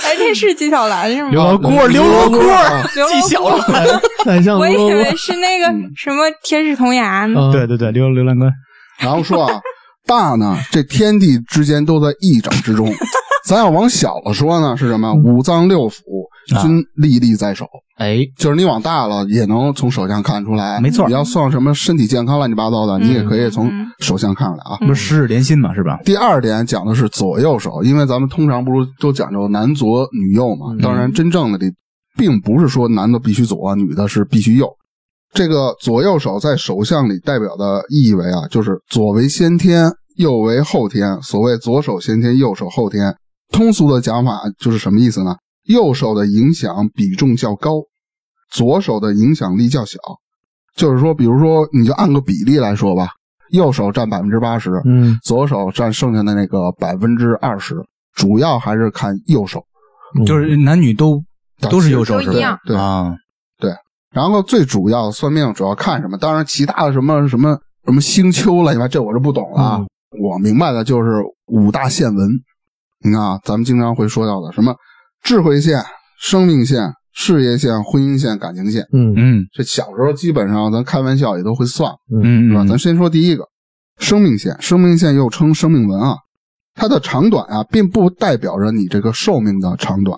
哎，这是纪晓岚是吗？
刘老根儿，刘老
老
根
儿
儿，
啊
刘老
纪晓岚，
太像
我以
刘老
为是那个什么天使童牙呢。
嗯
对对对，刘刘兰根，
然后说啊，大呢，这天地之间都在一掌之中。咱要往小了说呢，是什么？
嗯
五脏六腑
啊
均历历在手，
哎，
就是你往大了也能从手相看出来，
没错
你要算什么身体健康乱七八糟的，你也可以从手相看出来啊。
嗯
不是十指连心嘛，是吧？
第二点讲的是左右手，因为咱们通常不是都讲究男左女右嘛？当然，真正的这并不是说男的必须左，女的是必须右。这个左右手在手相里代表的意义为啊，就是左为先天，右为后天。所谓左手先天，右手后天。通俗的讲法就是什么意思呢？右手的影响比重较高，左手的影响力较小。就是说，比如说，你就按个比例来说吧，右手占百分之八十，
嗯，
左手占剩下的那个百分之二十，主要还是看右手。
嗯
就是男女都都是右手，是
都一样
吧？
嗯对
啊，
然后最主要算命主要看什么？当然，其他的什么什么什么星丘了，你妈这我就不懂了啊。
嗯
我明白的就是五大线文，你看啊，咱们经常会说到的什么智慧线、生命线、事业线、婚姻线、感情线，
嗯
嗯
这小时候基本上咱开玩笑也都会算。
嗯
是吧？
嗯，
咱先说第一个，生命线，生命线又称生命纹啊，它的长短啊，并不代表着你这个寿命的长短。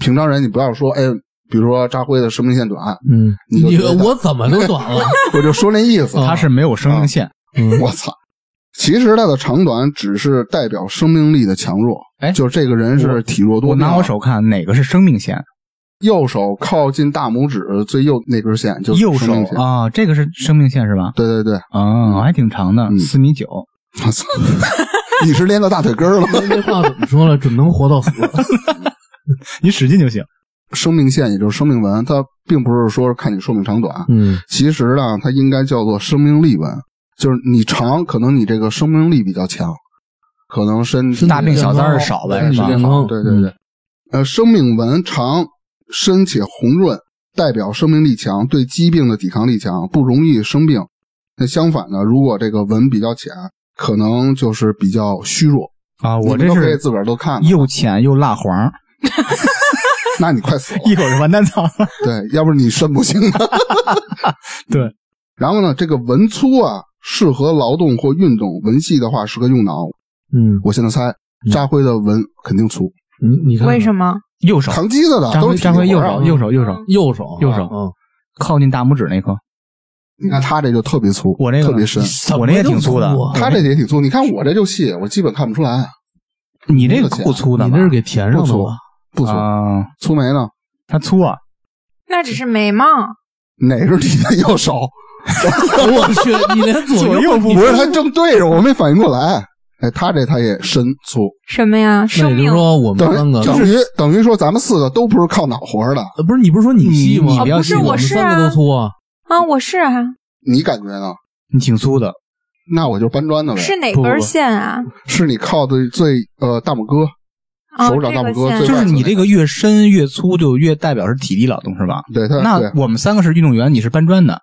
平常人你不要说，哎，比如说扎辉的生命线短，
嗯，
你就
你
觉得
我怎么都短了？
我就说那意思，
哦
啊
他是没有生命线。
嗯
我操。其实它的长短只是代表生命力的强弱，
哎
就是这个人是体弱多
我
病啊。
拿我手看哪个是生命线，
右手靠近大拇指最右那根线就是
右
生
手
命线，
啊，这个是生命线是吧？
对对对，
啊，还挺长的，
嗯
四米九。
我 操，你是练到大腿根儿了吗？
这话怎么说了？准能活到死。
你使劲就行。
生命线，也就是生命纹，它并不是说看你寿命长短，
嗯
其实呢，它应该叫做生命力纹，就是你长，可能你这个生命力比较强，可能身体
大病小灾儿少呗
对
是吧
时间长对
嗯
对对，呃，生命纹长，深且红润，代表生命力强，对疾病的抵抗力强，不容易生病。那相反呢，如果这个纹比较浅，可能就是比较虚弱。
啊，
你
我
们
这
都可以
是
自个儿都看看，
又浅又蜡黄，
那你快死了。
一口是完蛋草。
对，要不然你肾不行的。
对，
然后呢，这个文粗啊，适合劳动或运动；文细的话，适合用脑。
嗯，
我现在猜，扎辉的文肯定粗，
你你看
为
么
什么？
右手，
扛机子的
张
都
辉
是体
张
力活
辉右
儿啊
手，右手，右手，
右手
右手
嗯，
靠近大拇指那颗。
你看他这就特别粗，
我这个
特别深。
我那也挺粗的
怎么就粗啊。
他这也挺粗，你看我这就细，我基本看不出来，
你这个够粗的
你
吧，
这是给填上
不
的
粗
吧？，
不粗。
啊，
粗眉呢？
它粗啊，
那只是眉毛。
哪是你的右手？
我去，你连左右
不是，他正对着我，我没反应过来。哎，他这他也深粗，
什么呀？
那
生
也就
命
是说我们
等
三个
于等于等于说咱们四个都不是靠脑活儿的，
呃不是你不是说你细吗？
你不要细
啊不是我
我们
是啊
三个都粗啊。
啊，我是啊，
你感觉呢？
你挺粗的。
那我就搬砖的呗。
是哪
不不
根
不
线啊？
是你靠的最呃大拇哥，
啊，
手掌大拇哥
这个
就
最
线
外
是
侧
你这个越深越粗，就越代表是体力劳动，是吧？
对他
那
对
我们三个是运动员，你是搬砖的。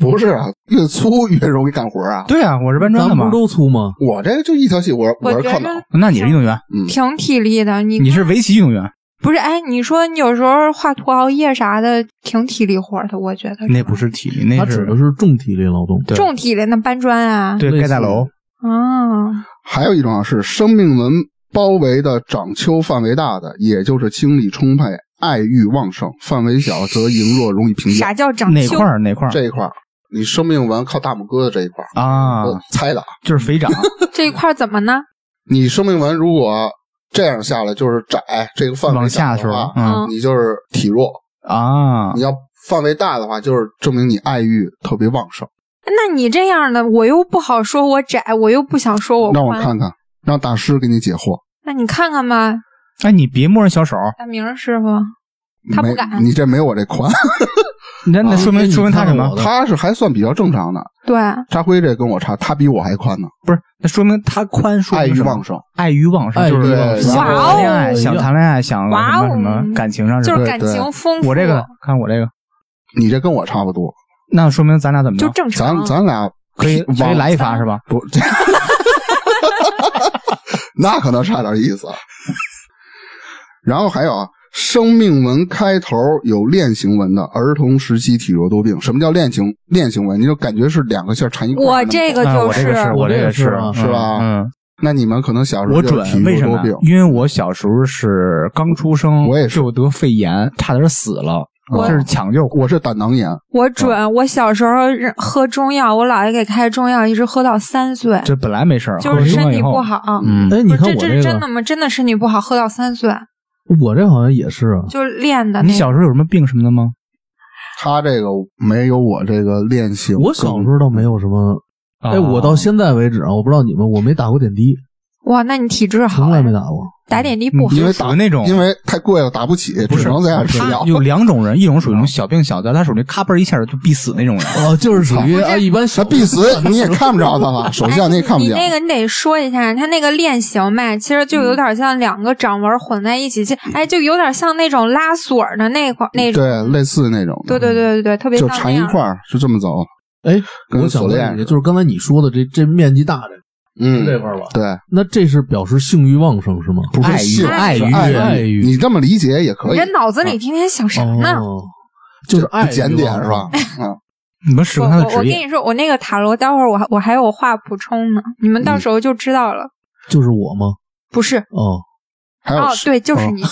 不是啊，越粗越容易干活啊。
对啊，我是搬
咱
砖的
们不是
嘛。
都粗吗？
我这就一条细，我
我
是
觉
靠脑，
着
那你是运动员，
嗯，
挺体力的。你
你是围棋运动员，
不是？哎，你说你有时候画图熬夜啥的，挺体力活的，我觉得
那不是体力，那
他指
是
的是重体力劳动。
对
重体力，那搬砖啊。
对
类似
盖大楼。
啊，
还有一种啊是生命纹包围的掌丘范围大的，也就是精力充沛、爱欲旺盛；范围小则羸弱，容易贫
啥
瘠。
叫长
哪
秋
块？儿哪块儿
这一块儿，你生命纹靠大拇哥的这一块儿
啊？
我猜的啊。
就是肥掌，
这一块儿怎么呢？
你生命纹如果这样下来就是窄，这个范围
往下
小
是
的
吧
话？
嗯
嗯
你就是体弱；
嗯
啊
你，要范围大的话，就是证明你爱欲特别旺盛。
那你这样的，我又不好说我窄，我又不想说我
让我
宽。
看看，让大师给你解惑。
那你看看吧，
哎，你别摸人小手，
啊
大明儿师傅，他不
没
敢
你这没我 这宽，
那那说
哎
明
你
说明他
看
什
看
么
我？的
他是还算比较正常的。
对，
扎辉这跟我差，他比我还宽呢，
不是，那说明他宽，说
爱
明
欲
什么
旺盛。
爱欲旺盛，
爱
就
欲
是
旺
想
盛
哇哦
谈恋爱，想谈恋爱，想
哇
什
哦
么什么感情上
就是
吧？
感情丰富。
我这个看我这个
你这跟我差不多，
那说明咱俩怎么着
就？正
咱
常。啊
咱俩
可以
往
可以来一发是吧？
不， 那可能差点意思。啊。然后还有啊，生命纹开头有链形纹的儿童时期体弱多病。什么叫链形链形纹？你就感觉是两个线缠一块儿的那
我
么高。
这个
哎
就
我这个是
我
这
这
个
个
是
是啊
是吧
嗯，
那你们可能小时候
我
就是
准
体
为什
弱
么
多病？？
因为我小时候是刚出生，
我也是
就得肺炎，差点死了，
我
这是抢救。
我是胆囊炎，
我准，我小时候是喝中药，我姥爷给开中药，一直喝到三岁，
这本来没事儿，
就
喝
是
中
身
药以
体
后
不。好。
嗯，
哎，你
不
看
是
我这
这这是真
个
的，吗？真的身体不好，喝到三岁
我这好像也是啊。
就练的那
你
个。
小时候有什么病什么的吗？
他这个没有我这个链形。
我小时候倒没有什么，哎，
啊
哦
我到现在为止啊，我不知道你们，我没打过点滴，
哇，那你体质好
从来
呀
没，打过。
打点滴
嗯
不好
因为
属于
打
那种
因为太贵了，打不起，只能在家吃
他
药。
有两种人，一种
嗯
属于那种小病小灾，他属于咔嘣一下就必死那种人。
哦，就是属于啊，一般
他
小
必 死，你也看不着他了，手
哎
相你也看不
你
见。
那个你得说一下，它那个链形脉其实就有点像两个掌纹混在一起，就哎，就有点像那种拉锁的那块那种。
对，类似那种的，
对对对对对，特别
就
像
缠
那
一
样
块。儿，就这么走。
哎，
跟
我想
锁链
问你，就是刚才你说的这这面积大这个
嗯，
这块儿吧，
对，
那这是表示性欲旺盛是吗？
不是
爱欲
性
爱
是
欲
爱
欲
你这么理解也可
你
以，
这脑子里天天想啥呢？
哦，就是爱
不检
欲
点
旺
是吧？嗯，
你们使
我
用他的
我我
职
跟
业，
你说，我那个塔罗，待会儿我还我还有话补充呢，你们到时候就知道了。
盛？就是我吗？
不是
哦，
还有
哦，对，就是
哦
你，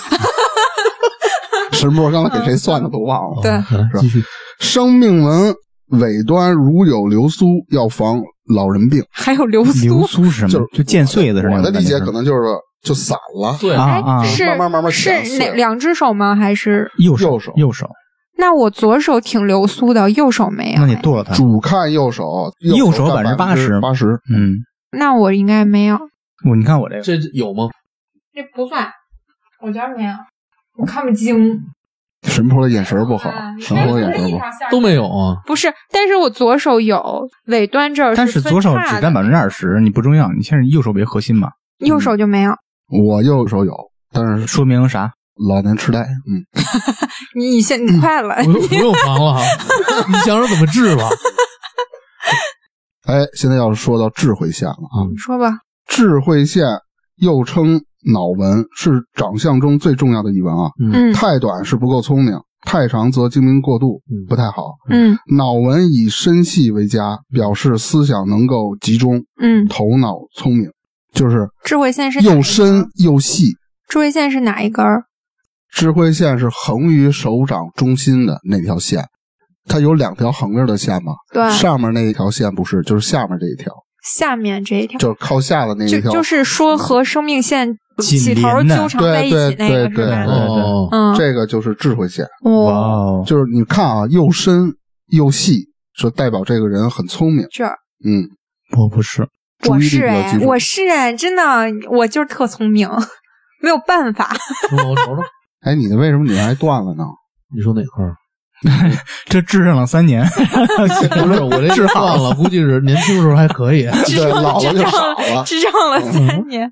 神波刚才给谁算的都忘了。
对
哦来
嗯吧
继续。
生命纹尾端如有流苏，要防老人病。
还有流苏
流。苏是什么？
就是
就溅穗子是那
我
种
的
感觉
理解
是
可能就是就散了，
对
啊
哎
啊，，
是
慢慢慢慢想
是哪
是
两只手吗？还是
右
右
手
手
右手，
那我左手挺流苏的，右手没有
那
哎。
你剁了他。
主看右手，
右手
手占
百分之
八十，
嗯，
那我应该没有，
我你看我这个，
这有吗？
这不算，我觉得没有，我看不清。
神婆的眼神不好，神婆的眼神不好。
都没有啊。
嗯不是，但是我左手有尾端这儿，
但是左手只占百分之二十，你不重要，你先以右手为核心嘛，
右手就没有。
我右手有，但是
说明啥？
老年痴呆，嗯，
你你先你快了，
不用不用防了哈，你想着怎么治吧？
哎，现在要是说到智慧线了啊，
嗯
你说吧。
智慧线又称脑纹，是长相中最重要的一纹啊。
嗯
太短是不够聪明，太长则精明过度
嗯，
不太好。
嗯
脑纹以深细为佳，表示思想能够集中，
嗯，
头脑聪明，就是
智慧线是哪一
又
根
深，又细。
智慧线是哪一根儿？
智慧线是横于手掌中心的那条线，它有两条横着的线嘛，
对，
上面那一条线不是，就是下面这一条，
下面这一条，
就是靠下的那一
就
条。嗯
就是说和生命线
紧
起头
邻的
纠缠在一起
对
那个
对对
是吧？
对
哦，
嗯，
这个就是智慧线。
哇
哇，
哦，
就是你看啊，又深又细，这代表这个人很聪明。
这儿
嗯，
我不是，
注
我
意力比
是
较
哎
集，中。
我是哎，真的，我就是特聪明， 没有办法。
哦我瞅瞅，
哎，你的为什么你还 断了呢？
你说哪块 儿？
这治上了三年，
不 是我这治好了，估计是年轻时候还可以。
对，老了就少了。
智障了
嗯
三年，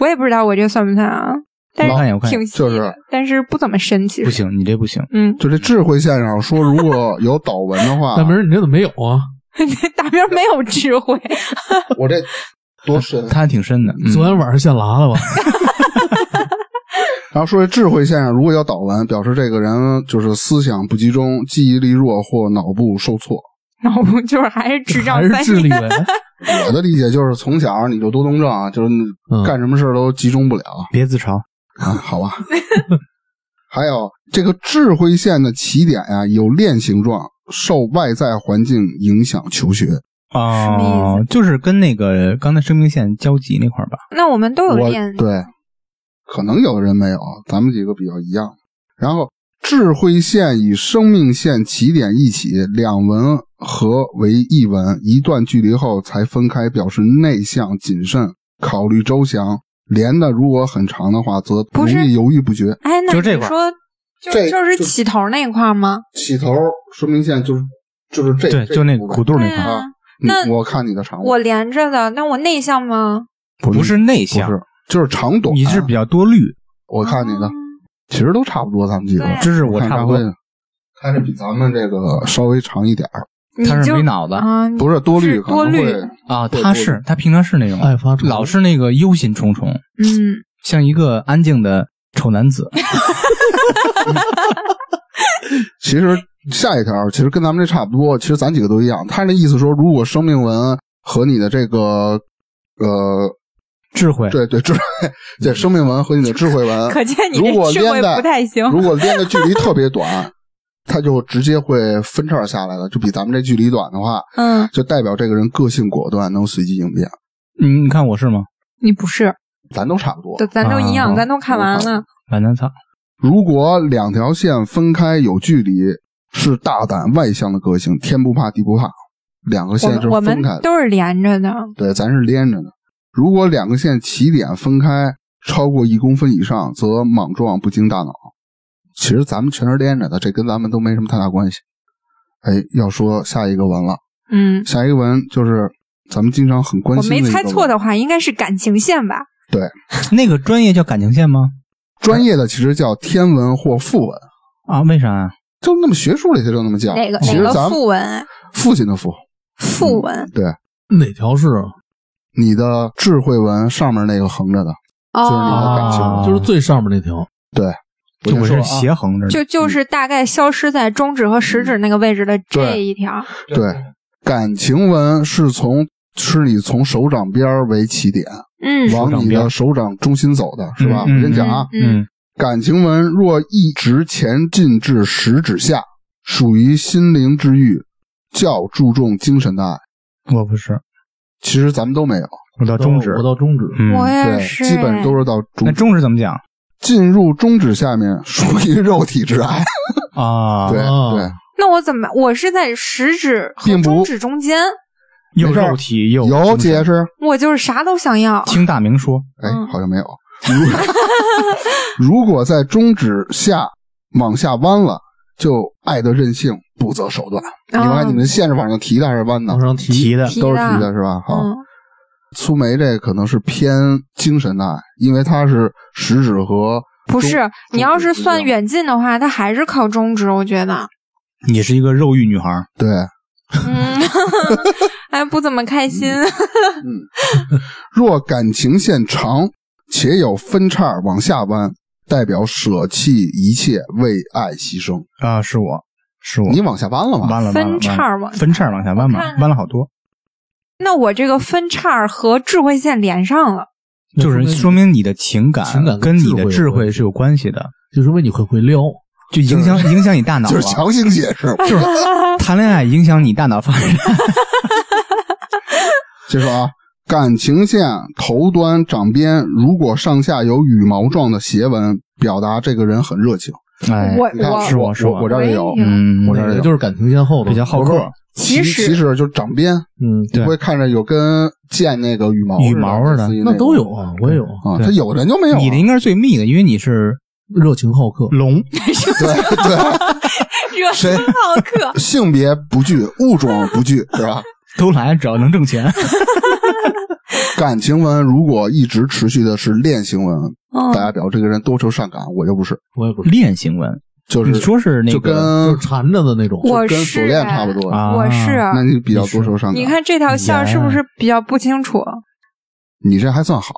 我也不知道我这算不算啊？但
我看一眼我
是
看一眼
挺细的
就是
但是不怎么深，其
不
实。
行，你这不行，
嗯，
就这智慧线上说，如果有导文的话，
大明儿，你这 怎么没有啊？
大明没有智慧，
我这多深？啊
他还挺深的。嗯
昨天晚上现拉了吧？
然后说这智慧线上如果有导文，表示这个人就是思想不集中、记忆力弱或脑部受挫。
脑部就是还是智障
还是
三
智力
年。
呗？
我的理解就是从小你就多动症啊，就是
嗯
干什么事儿都集中不了。
别自嘲，
啊，好吧。还有这个智慧线的起点呀、有链形状，受外在环境影响求学。
什么意
哦，就是跟那个刚才生命线交集那块儿吧。
那我们都有
我
练，
对，可能有的人没有，咱们几个比较一样。然后智慧线与生命线起点一起，两文合为一文，一段距离后才分开，表示内向、谨慎、考虑周详。连的如果很长的话，则
不
容
是
易犹豫不决。
哎，那
就这
你
块儿
说，就
这
就是
就
起头那一块儿吗？
起头生命线就是就是这
对，
这
就那
部分
骨肚那
对
块儿，
啊
啊，你
那
我看你的长度，
我连着的，那我内向吗？
不是内
不
向，
是，就是长短。啊
你是比较多虑。
我看你的
嗯，
其实都差不多，咱们几个
对，啊
这是我
看
差
张
不多
辉的，他是比咱们这个稍微长一点儿，
你
他是
就
没脑子
啊，你
不是多虑，
是
可能
多虑
会
啊，
对
他
对
是他平常是那种
爱发愁
老是那个忧心忡忡，
嗯，
像一个安静的丑男 子。
其实下一条其实跟咱们这差不多，其实咱几个都一样。他那意思说，如果生命纹和你的这个呃，
智慧，
对对，智慧，对生命纹和你的智慧纹，
可见你
如果
这智
连
慧
带
不太行。
如果连的距离特别短，它就直接会分叉下来了。就比咱们这距离短的话，
嗯，
就代表这个人个性果断，能随机应变。
嗯，你看我是吗？
你不是，
咱都差不多
都。咱都一样，
啊
咱都看完了。
板南仓，
如果两条线分开有距离，是大胆外向的个性，天不怕地不怕。两个
我
线
们
是
我
分
们
开的，
都是连着的，
对，咱是连着的。如果两个线起点分开超过一公分以上，则莽撞不经大脑。其实咱们全是连着的，这跟咱们都没什么太大关系。哎，要说下一个完了。
嗯，
下一个文就是咱们经常很关
我
心的
没
一个啊文，
猜错的话，应该是感情线吧？
那个专业叫感情线吗？
专业的其实叫天文或父文，
啊，为啥呀？
就那么学术里头就那么叫。
哪个
其
哪
实
个
咱嗯
副文？
父亲的父，
副文
对，
哪条是啊？
你的智慧文上面那个横着的，就是你
哦，
的感情。
啊
就是最上面那条。
我
我
先说
是
啊
斜横着的，
就就是大概消失在中指和食指那个位置的这
对
一条。
对感情文是从是你从手掌边儿为起点，
嗯
往你的手掌中心走的是吧？
嗯嗯
我跟你讲啊，
嗯，
感情文若一直前进至食指下，属于心灵治愈，较注重精神的爱。
我不是，
其实咱们都没有，
我到中指
我，到中指。
嗯，
我也
对，
是，
基本都是到中
那中指怎么讲
进入中指下面，属于肉体之爱。
啊？
对
啊
对，
那我怎么？我是在食指和
并不
中指中间，
又
没事儿
肉体又
有
精神
解释？
我就是啥都想要。
听大明说，
哎
嗯，
好像没有。如 如果在中指下往下弯了，就爱的任性，不择手段。你
嗯
看你们线是往上提的还是弯的
往？上提，
提的
哦提
都是提
的
的是吧？好，
嗯
苏梅这可能是偏精神的爱，因为她是食指和
不是
中，
你要是算
中指
远近的话，它还是靠中指，我觉得。
你是一个肉欲女孩儿，
对，
嗯， 哎，不怎么开心。
若感情线长且有分叉往下弯，代表舍弃一切为爱牺牲。
啊，是我，是我，
你往下弯了吗？
弯了弯了
分叉儿
弯了
往下
分叉儿往下弯嘛
我看，
弯了好多，
那我这个分叉儿和智慧线连上了，
就是说明你的情感
情感跟
跟你的
智
智
慧有
慧是有关系的，
就说明你会会撩。
就影响影响你大脑
就是
了。
强行解释。
就是谈恋爱影响你大脑发展，
接着啊，感情线头端掌边如果上下有羽毛状的斜纹，表达这个人很热情。
哎，
我
你看啊，
我
是
我
是我
我这儿也有
我也有，
嗯，
我这儿
哪个
也有
就是感情线后头
比较好客，
其
其实
其实就是掌边，
嗯，
你
对
会看着有跟剑那个羽毛
羽毛似的
类似于
那
种
都有啊，我也有
啊。
对
他有的人就没有啊，
你的应该是最密的，因为你是
热情好
嗯
客，
龙，
对对，
热
谁。
情好客
性别不惧，物种不惧， 是吧？
都来，只要能挣钱。
感情纹如果一直持续的是恋情纹，大
嗯，
家表这个人多愁善感，我就不是，
我也不是，
恋行文，
就
你
是
说是那
就
个
跟
就是缠着的那种。
我
跟
是
锁链差不多。
啊，
我是
那你比较多愁善感，
你看这条线儿是不是比较不清楚？
你这还算好，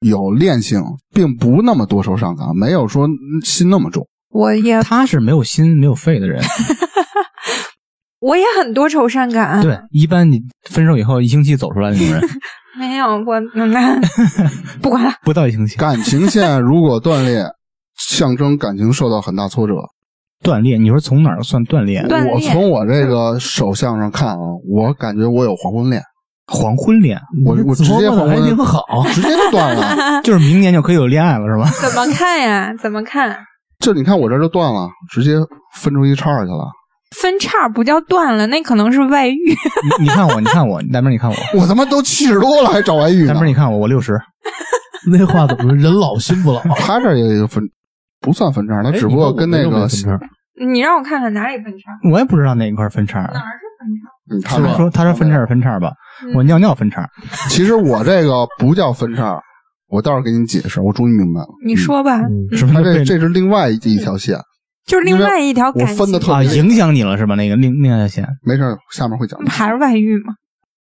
有恋性，并不那么多愁善感，没有说心那么重。
我也
他是没有心没有肺的人。
我也很多愁善感，
对，一般你分手以后一星期走出来那种人，
没有我能干，不管了。
不到一星期
感情线如果断裂，象征感情受到很大挫折。
断裂。你说从哪儿算断裂？
断裂
我从我这个手相上看啊，我感觉我有黄昏恋，
黄昏恋，
我我直接
的
黄
还
昏
挺好，
哦
直接就断了。
就是明年就可以有恋爱了，是吧？
怎么看呀？怎么看？
就你看我这就断了，直接分出一叉儿去了。
分叉不叫断了，那可能是外遇。
你你看我，你看我，南边你 看我，
我他妈都七十多了还找外遇
南
呢
边。你看我，我六十，
那话怎么说？人老心不老。
他这儿也有一个分，不算分叉，他
哎
只不过跟那
哎
个
你让我看看哪里分叉？
我也不知道哪一块分叉儿。啊
嗯他
他
这儿
说他说分叉是分叉吧，
嗯
我尿尿分叉。
其实我这个不叫分叉，我倒是给你解释，我终于明白了。
你说吧。
嗯
是不
他
是
这
被嗯
这是另外一条线，
就是另外一条
我
感
分的
情，
特
啊，
别细，
影响你了是吧？那个另另外线，
没事儿，下面会讲
那不。还是外遇吗？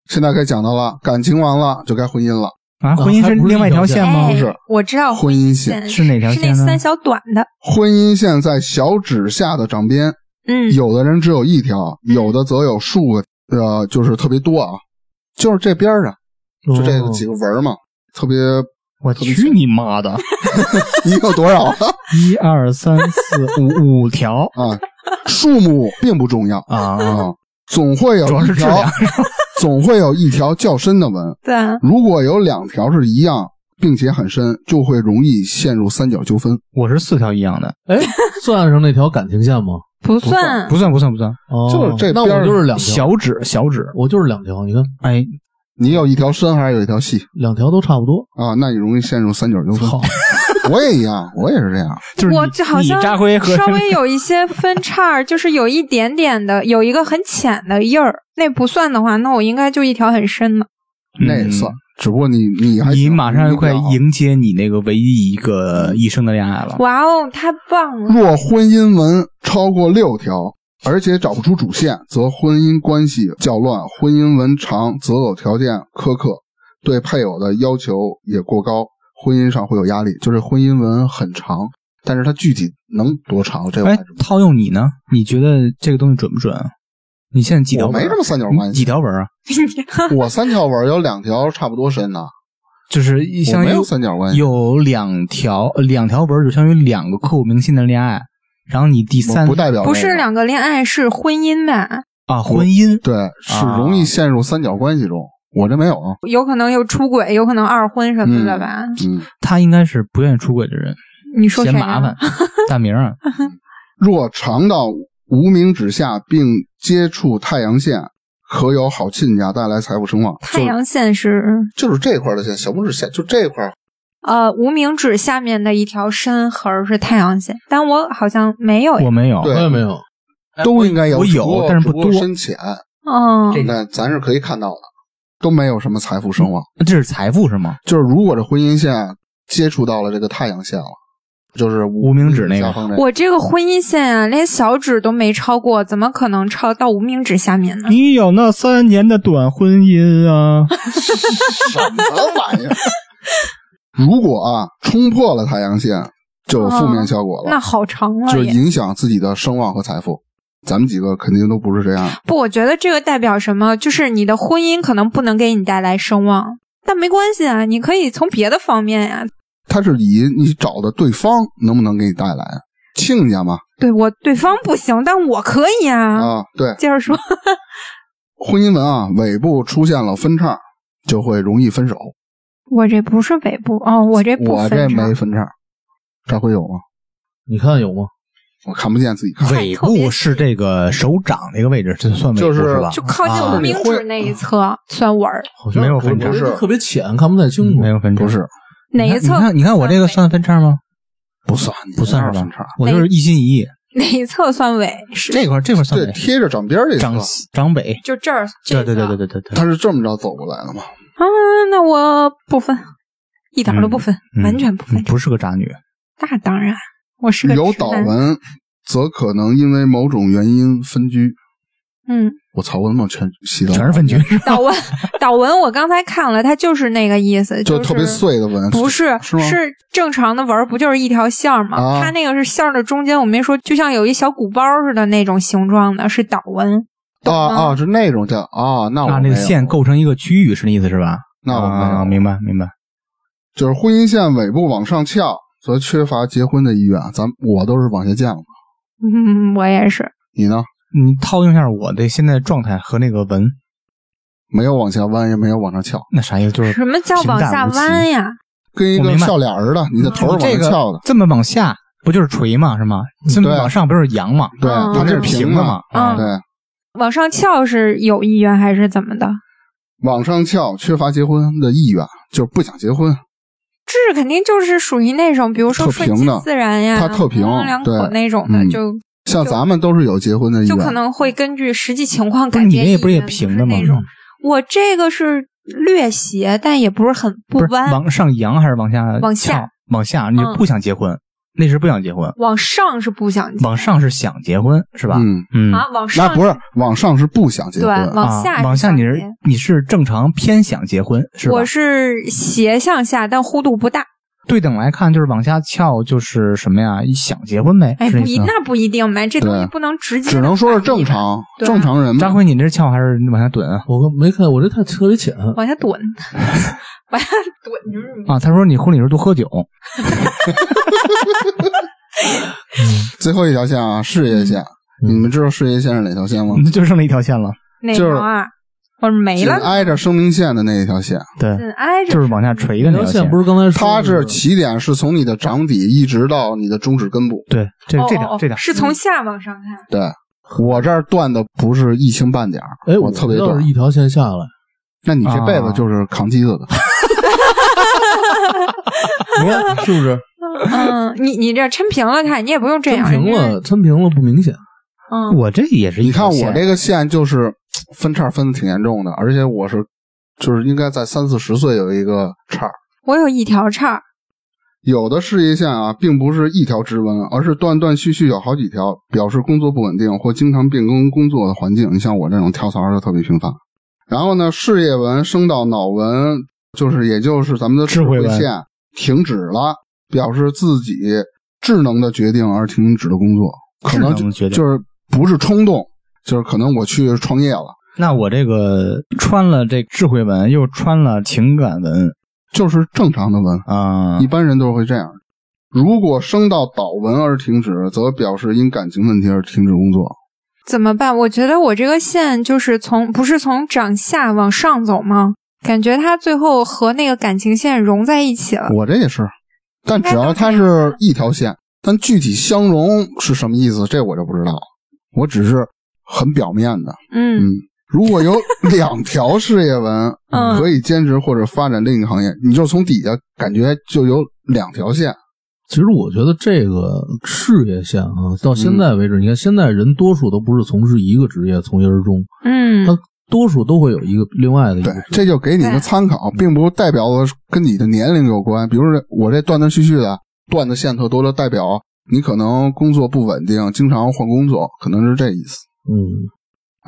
现在该讲到了，感情完了就该婚姻了，
啊，婚姻
还
是
不是
另外一条线吗？
哎
不是，
我知
哦
道
婚姻线。
线
是哪条
是那
线呢
三小短的，
婚姻线在小指下的掌边，
嗯，
有的人只有一条，
嗯
有的则有数个，呃，就是特别多啊，就是这边儿啊，
嗯
就这
哦
个几个纹儿嘛，特别
我去你妈的！
你有多少啊？
一二三四五五条
啊，数目并不重要
啊啊！
啊，总会有
主要
一
是质
条
量，
总会有一条较深的纹。
对，
如果有两条是一样，并且很深，就会容易陷入三角纠纷。
我是四条一样的，
哎，算上那条感情线吗？
不算
不算不算不算，
哦，
就是这
那
边儿
我就是两条，
小指小指，
我就是两条。你看，
哎，
你有一条深还是有一条细
两条都差不多。
啊？那你容易陷入三角 纠纷。
好，
我也一样，我也是这样。
就是你
我这好像
你扎辉和
稍微有一些分叉儿，就是有一点点的，有一个很浅的印儿，那不算的话，那我应该就一条很深的。
那也算，只不过你嗯你还
你
行
马上就快
比较好
迎接你那个唯一一个一生的恋爱了。
哇哦，太棒 了！
若婚姻纹超过六条，而且找不出主线，则婚姻关系较乱；婚姻纹长，择偶条件苛刻，对配偶的要求也过高，婚姻上会有压力。就是婚姻纹很长，但是它具体能多长，这我还
哎
是，
套用你呢？你觉得这个东西准不准？啊你现在几条
我
纹
没
儿？
这么三角
你
关
几
系。
条纹儿啊？
我三条纹有两条差不多深呢，
就是一
我
相
没
当
有
于
三角关系，
有两条呃两条纹，就相当于两个刻骨铭心的恋爱。然后你第
我
三
不代表
不
这
是
个
两个恋爱，是婚姻吧？
啊婚姻
对，是容易陷入三角关系中。我这没有啊，
有可能又出轨，有可能二婚什么的吧？
嗯。
他应该是不愿意出轨的人，
你说
嫌
谁、
麻烦。大明儿啊，
若尝到无名指下并接触太阳线，可有好亲家带来财富声望。
太阳线是
就就是这块的线，小拇指线就这块儿
呃无名指下面的一条深痕儿是太阳线，但我好像没有
我
呀。
没有，
对
我也没有。
都应该有，
哎我
只过
有，但是
只
不
过
多。
深浅，
嗯，
那咱是可以看到的，都没有什么财富声望。
这是财富是吗？
就是如果这婚姻线接触到了这个太阳线了，就是无
无名指那个
下 方这
我这个婚姻线啊，连小指都没超过，怎么可能超到无名指下面呢？
你有那三年的短婚姻啊，
什么玩意儿？ 如果啊冲破了太阳线，就有负面效果
哦
了，
那好长了
就
也。
影响自己的声望和财富。咱们几个肯定都不是这样。
不，我觉得这个代表什么？就是你的婚姻可能不能给你带来声望，但没关系啊，你可以从别的方面呀、
他是以你找的对方能不能给你带来亲家嘛？
对我对方不行，但我可以啊。
啊，对，
接着说，
婚姻文啊尾部出现了分叉，就会容易分手。
我这不是尾部哦，我这不
我这
分叉
没分叉，张辉有吗？
你看有吗？
我看不见自己看，
尾部是这个手掌那个位置，这算尾部
就是
吧？
就靠近
啊
无名指那一侧算纹儿，
好像
没有分叉
我觉
是
得特别浅，看不太清楚。
嗯没有分叉，
不是
哪一
你
侧？
看，你看我这个算分叉吗？
不算，你
不算
那
是吧
分叉？
我就是一心一意，
哪一侧算尾？是
这块儿这块儿算
对，
北，
贴着掌边儿这
掌
个，
掌北。
就这儿？这
对
一
对对
侧
对对对对，
他是这么着走过来的嘛？
啊，那我不分，一点儿都不分，
嗯
完全不分。
不是个渣女，
那当然，我是个
有
直
岛
男。
纹，则可能因为某种原因分居。
嗯，
我操，我怎么全洗到
全是分 居，
岛 纹，岛纹，我刚才看了，它就是那个意思，
就是特别。碎的纹，
不是，
是吗
正常的纹儿，不就是一条线儿吗？
啊
它那个是线儿的中间，我没说，就像有一小鼓包似的那种形状的，是岛纹。
啊
吗
啊，是那种叫啊，那我
那那个
没有
线构成一个区域是那意思是吧？
那我没有
啊，明白明白。
就是婚姻线尾部往上翘，则缺乏结婚的意愿。咱我都是往下降的，
嗯，我也是。
你呢？
你套用一下我的现在状态和那个纹，
没有往下弯，也没有往上翘，
那啥意思？就是
什么叫往下弯呀？
跟一
我
个
明白
笑脸儿的，你的头是往
这
上
个
翘的，
这么往下不就是垂嘛，是吗？这么
对
往上不就是扬嘛？
对，
嗯
它
它
这
这
是
是
平
平的啊嘛？
嗯
对，
往上翘是有意愿还是怎么的？
往上翘，缺乏结婚的意愿，就是不想结婚。
这肯定就是属于那种，比如说
特
顺
平
其
的
自然呀，
它特平
模棱两可
对
那种的，
嗯
就
像咱们都是有结婚的意
就可
愿，
能会根据实际情况
不
改变
是你
意
那
愿。
也不是也平的吗嗯
就是那？种我这个是略斜，但也不是很不
不是
弯。
往上扬还是往下翘？
往下
往下，你
嗯
不想结婚，那时不想结婚，
往上是不想结
往上是想结婚是吧？
嗯，
嗯
啊，往上
那不是往上是不想结
对，
婚，
往下、
啊、往下你是
结
你是正常偏想结婚是吧？
我是斜向下，但弧度不大。
对等来看就是往下翘就是什么呀？想结婚呗，
哎，
是
不
意
一
思吗。
那不一定呗，这东西
对
不能直接，
只能说是正。常
对啊
正常人嘛
张辉，你这翘还是往下蹲啊？
我没看，我这太特别浅。
往下 滚，往下滚就是你
啊，他说你婚礼时候多喝酒，
最后一条线啊，事业线，你们知道事业线是哪条线吗？
那就剩那一条线了。
哪
就是
条啊？我没
紧
了，
挨着生命线的那一条线，
对，
紧挨
就
着。
是往下垂的
那
那
条
条
线不是刚才说
它
的
是
吗
起点是从你的掌底一直到你的中指根部。
对，这
哦
这
哦
条
哦
这条嗯
是从下往上看，
对我这儿断的不是一星半点儿，
哎，
我特别
要
断
是。一条线下来，
那你这辈子就是扛机子的，
你看是不是？
嗯，你你这抻平了看，你也不用这
抻
样。
平
人
了，抻平了不明显。
家，嗯，
我这也是一
你看
条线。
我这个线就是分叉分的挺严重的，而且我是就是应该在三四十岁有一个叉儿。
我有一条叉儿，
有的事业线啊，并不是一条直纹，而是断断续续有好几条，表示工作不稳定或经常变更工作的环境。你像我这种跳槽的特别频繁。然后呢，事业纹升到脑纹，就是也就是咱们的
智慧纹
线停止了，表示自己智能的决定而停止了工作，可能
智能决定
就就是不是冲动，就是可能我去创业了，
那我这个穿了这智慧纹，又穿了情感纹
就是正常的纹。
啊
一，般人都会这样。如果升到倒纹而停止，则表示因感情问题而停止工作。
怎么办？我觉得我这个线就是从不是从掌下往上走吗？感觉它最后和那个感情线融在一起了。
我这也是，但只要它是一条线，但具体相容是什么意思，这我就不知道了。我只是很表面的。
嗯
嗯，如果有两条事业纹，
嗯
可以兼职或者发展另一个行业，你就从底下感觉就有两条线。
其实我觉得这个事业线啊，到现在为止，你看现在人多数都不是从事一个职业从一而终，
嗯
他多数都会有一个另外的一
对
个职业。，
这就给你一个
对
参
哎
考，并不代表的跟你的年龄有关。比如说我这断断续续的断的线特多，就代表你可能工作不稳定，经常换工作，可能是这意思。
嗯，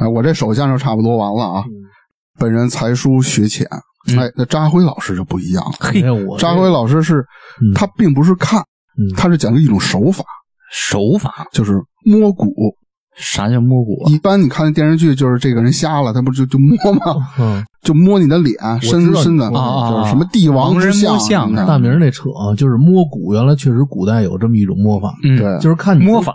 哎，我这首相就差不多完了啊。本人才疏学浅，
嗯
哎，那扎辉老师就不一样了。
没有我
扎辉老师是
嗯，
他并不是看，
嗯
他是讲究一种手法，
手法
就是摸骨。
啥叫摸骨啊？
一般你看那电视剧，就是这个人瞎了，他不就就摸 吗？
嗯，
就摸你的脸、
知
身
道你
身子，
说
的啊啊
就
啊
是什么帝王
盲
之
人摸
相
象
什么的，
大明儿那扯啊，就是摸骨，原来确实古代有这么一种摸法，
嗯，
对
就是看你
摸法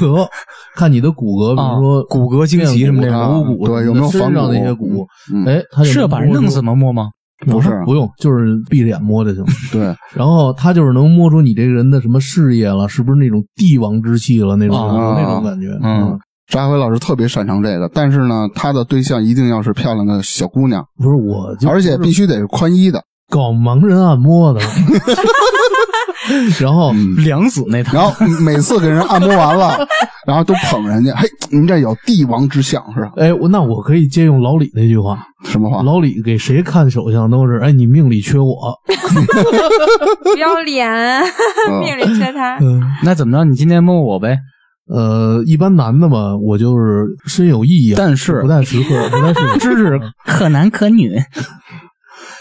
骨骼， 看你的骨骼，比
啊
如说
骨骼惊奇什么这
面
种
骨啊头骨，
对有没有
身上
仿
那些
古
骨？
嗯
哎，他
是要
要
把人弄死？吗？摸吗？
不
不
是
不用，就是闭着眼摸就行。
对，
然后他就是能摸出你这个人的什么事业了，是不是那种帝王之气了那种
啊
那种感觉？
嗯，
扎辉老师特别擅长这个，但是呢，他的对象一定要是漂亮的小姑娘，
不是我就
而且必须得是宽衣的。
搞盲人按 摩的，然后
嗯
梁子那套
然 后每次给人按摩完了，然后都捧人家，嘿，您这有帝王之相是吧？
哎，我那我可以借用老李那句话，
什么话？
老李给谁看手相都是，哎，你命里缺我。
不要脸， 命里缺他。
嗯，
那怎么着？你今天摸我呗？
呃，一般男的嘛，我就是深有异议啊，
但是
不太适合， 不太适合。
知识可男可女，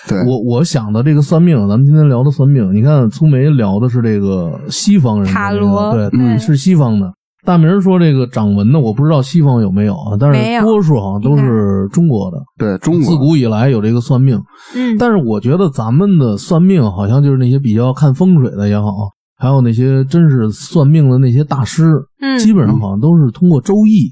对，
我我想的这个算命，咱们今天聊的算命，你看粗梅聊的是这个西方人的
塔
这个
罗
对，
嗯
是西方的。大明说这个掌纹的，我不知道西方有没有啊，但
没
是
有
多数好像都是中国的，
对中
自
国
古以来有这个算命。
嗯，
但是我觉得咱们的算命好像就是那些比较看风水的也好，还有那些真是算命的那些大师，
嗯
基本上好像都是通过周易。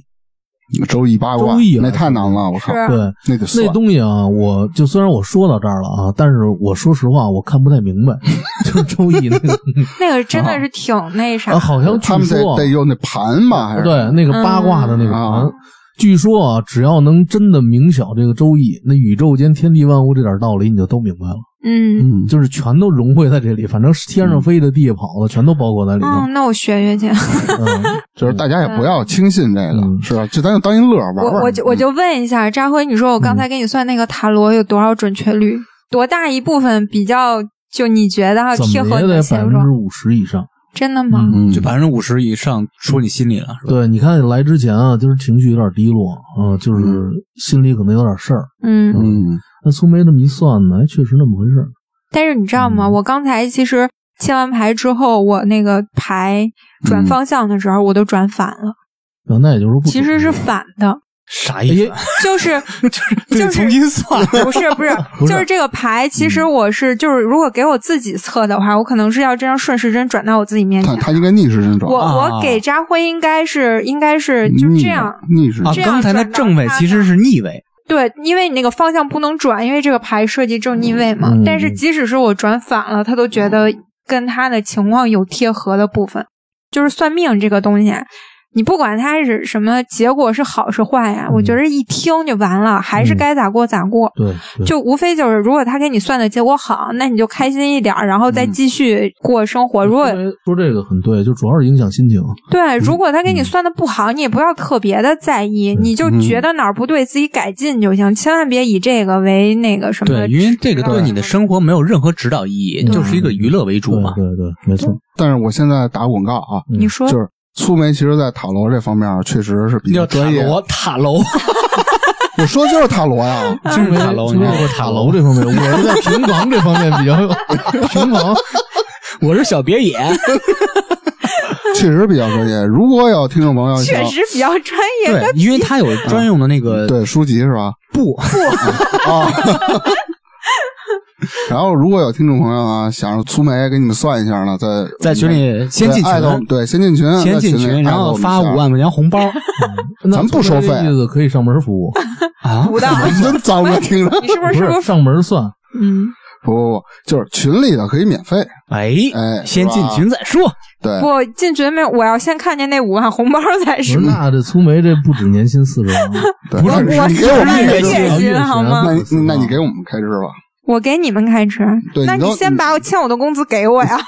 周易八卦
周易，啊
那太难了，我靠，
是
对，
那得算
那东西啊，我就虽然我说到这儿了啊，但是我说实话，我看不太明白， 就是周易那个，
那个真的是挺那啥
啊，。好像
他
据
们得
说啊啊
得用那盘吧？还是
对那个八卦的那个
嗯
盘。据说啊，只要能真的明晓这个《周易》，那宇宙间天地万物这点道理，你就都明白了，
嗯
嗯，
就是全都融汇在这里。反正天上飞的、地下跑的，全都包括在里头。
嗯，那我学学去。
嗯，
就是大家也不要轻信这个，
嗯
是吧？就咱就当一乐儿玩
我
玩。
我就我就问一下扎辉，你说我刚才给你算那个塔罗有多少准确率？多大一部分比较就你觉得哈
怎
贴
么
合你
也得
的
百
现
分之
状？
五十以上。
真的吗？
嗯
就百分之五十以上说你心里了，是吧？
对，你看来之前啊，就是情绪有点低落，啊，就是心里可能有点事儿。
嗯
嗯
那苏梅这么一算呢，哎，确实那么回事儿。
但是你知道吗？我刚才其实切完牌之后，我那个牌转方向的时候，我都转反了，
啊那也就是说不准，
其实是反的，
啥意
哎
思？
就是 就是
重新 算。
不是不是，就是嗯这个牌，其实我是就是如果给我自己测的话，我可能是要这样顺时针转到我自己面
他
前。
他应该逆时针
嗯
转，
我
啊
我给扎辉应该是应该是就
逆
这样，
逆时
嗯
啊
针，
这，样
刚才那
转到
正位
他
其实
那
是逆位，
对，因为你那个方向不能转，因为这个牌涉及正逆位嘛。
嗯
但是即使是我转反了，他都觉得跟他的情况有贴合的部分。就是算命这个东西，你不管它是什么结果是好是坏呀、我觉
嗯
得一听就完了，还是该咋过咋过。
对对，
就无非就是，如果他给你算的结果好，那你就开心一点儿，然后
嗯
再继续过生活。如果
苏梅说这个很对，就主要是影响心情。
对，如果他给你算的不好，你也不要特别的在意，你就觉得哪儿不对，自己改进就行，千万别以这个为那个什么。
对，因为这个对你的
活。
生活没有任何指导意义，
对
就是一个娱乐为主
对
嘛。
对对，没错。
但是我现在打广告啊，
你说
就是苏梅其实，在塔罗这方面确实是比较专业。
塔罗，
我说的就是塔罗 呀，
嗯
就是塔罗，
苏
你
梅
知道
有
吗
个塔楼这方面，我是在平房这方面比较有 平房。
我是小别 野，
确实比较专业。如果有听众朋友想
确实比较专业，
对，因为它有专用的那个
对书籍是吧？
布，
啊。 然后，如果有听众朋友啊，想让苏梅给你们算一下呢，在
在群里先进
对艾
群，
特
啊
对，先进群，啊
先进
在里
群，然后发 五，万块钱红包
那
咱不收费
这意思可以上门服务，
啊！
不到。
艾特我们一下真脏的听着。
你是不
不
是是
是
不是？
上门算。
嗯，
不不不，就是群里的可以免费，
哎
哎，
先进群再说，
对，
我进群没有？我要先看见那五万红包再
不是，
说。
那这苏梅这不止年薪四十万，
对
我我
你给
十
我
万
们
月
开支吧，
薪
月
好
薪
吗
那？
不行
你
啊
那你给我们开支吧，
我给你们开支，
对
那
你
你
都
先把我欠我的工资给我呀。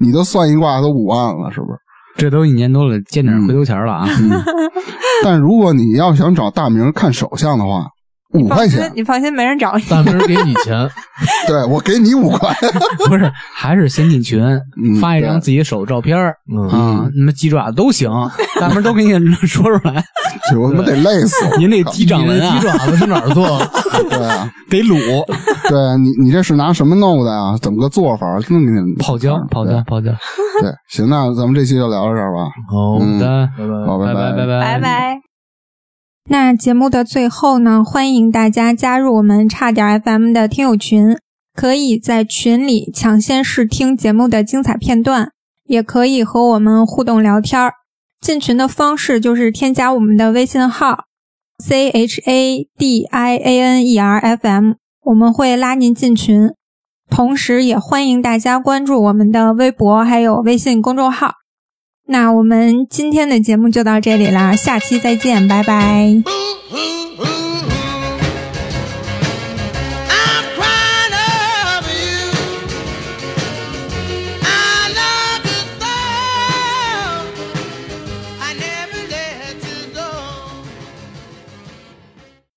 你都算一卦都五万了，是不是？嗯
这都一年多了，见点回头钱了啊！
但如果你要想找大明看手相的话，五块
放心
钱，，
你放心，没人找你。
大明儿给你钱，
对我给你五 块，
不是，还是先进群
嗯
发一张
对
自己手照片儿
嗯，
啊，那么鸡爪都行，大门都给你 说出来。
这我他妈得累死我。
您那鸡掌纹啊
你这鸡，爪子是哪儿做的？
对啊，
得卤
对啊你你这是拿什么弄的啊？怎么个做法？弄给你
泡椒，泡椒，泡椒。
对。对，行，那咱们这期就聊到这儿吧。
好，
嗯
好的，
拜拜。
好，
拜
拜
拜。
拜拜。那节目的最后呢，欢迎大家加入我们差点 FM 的听友群，可以在群里抢先试听节目的精彩片段，也可以和我们互动聊天儿。进群的方式就是添加我们的微信号 c h a d i a n e r f m，我们会拉您进群。同时，也欢迎大家关注我们的微博还有微信公众号。那我们今天的节目就到这里啦，下期再见，拜拜。
Boo hoo!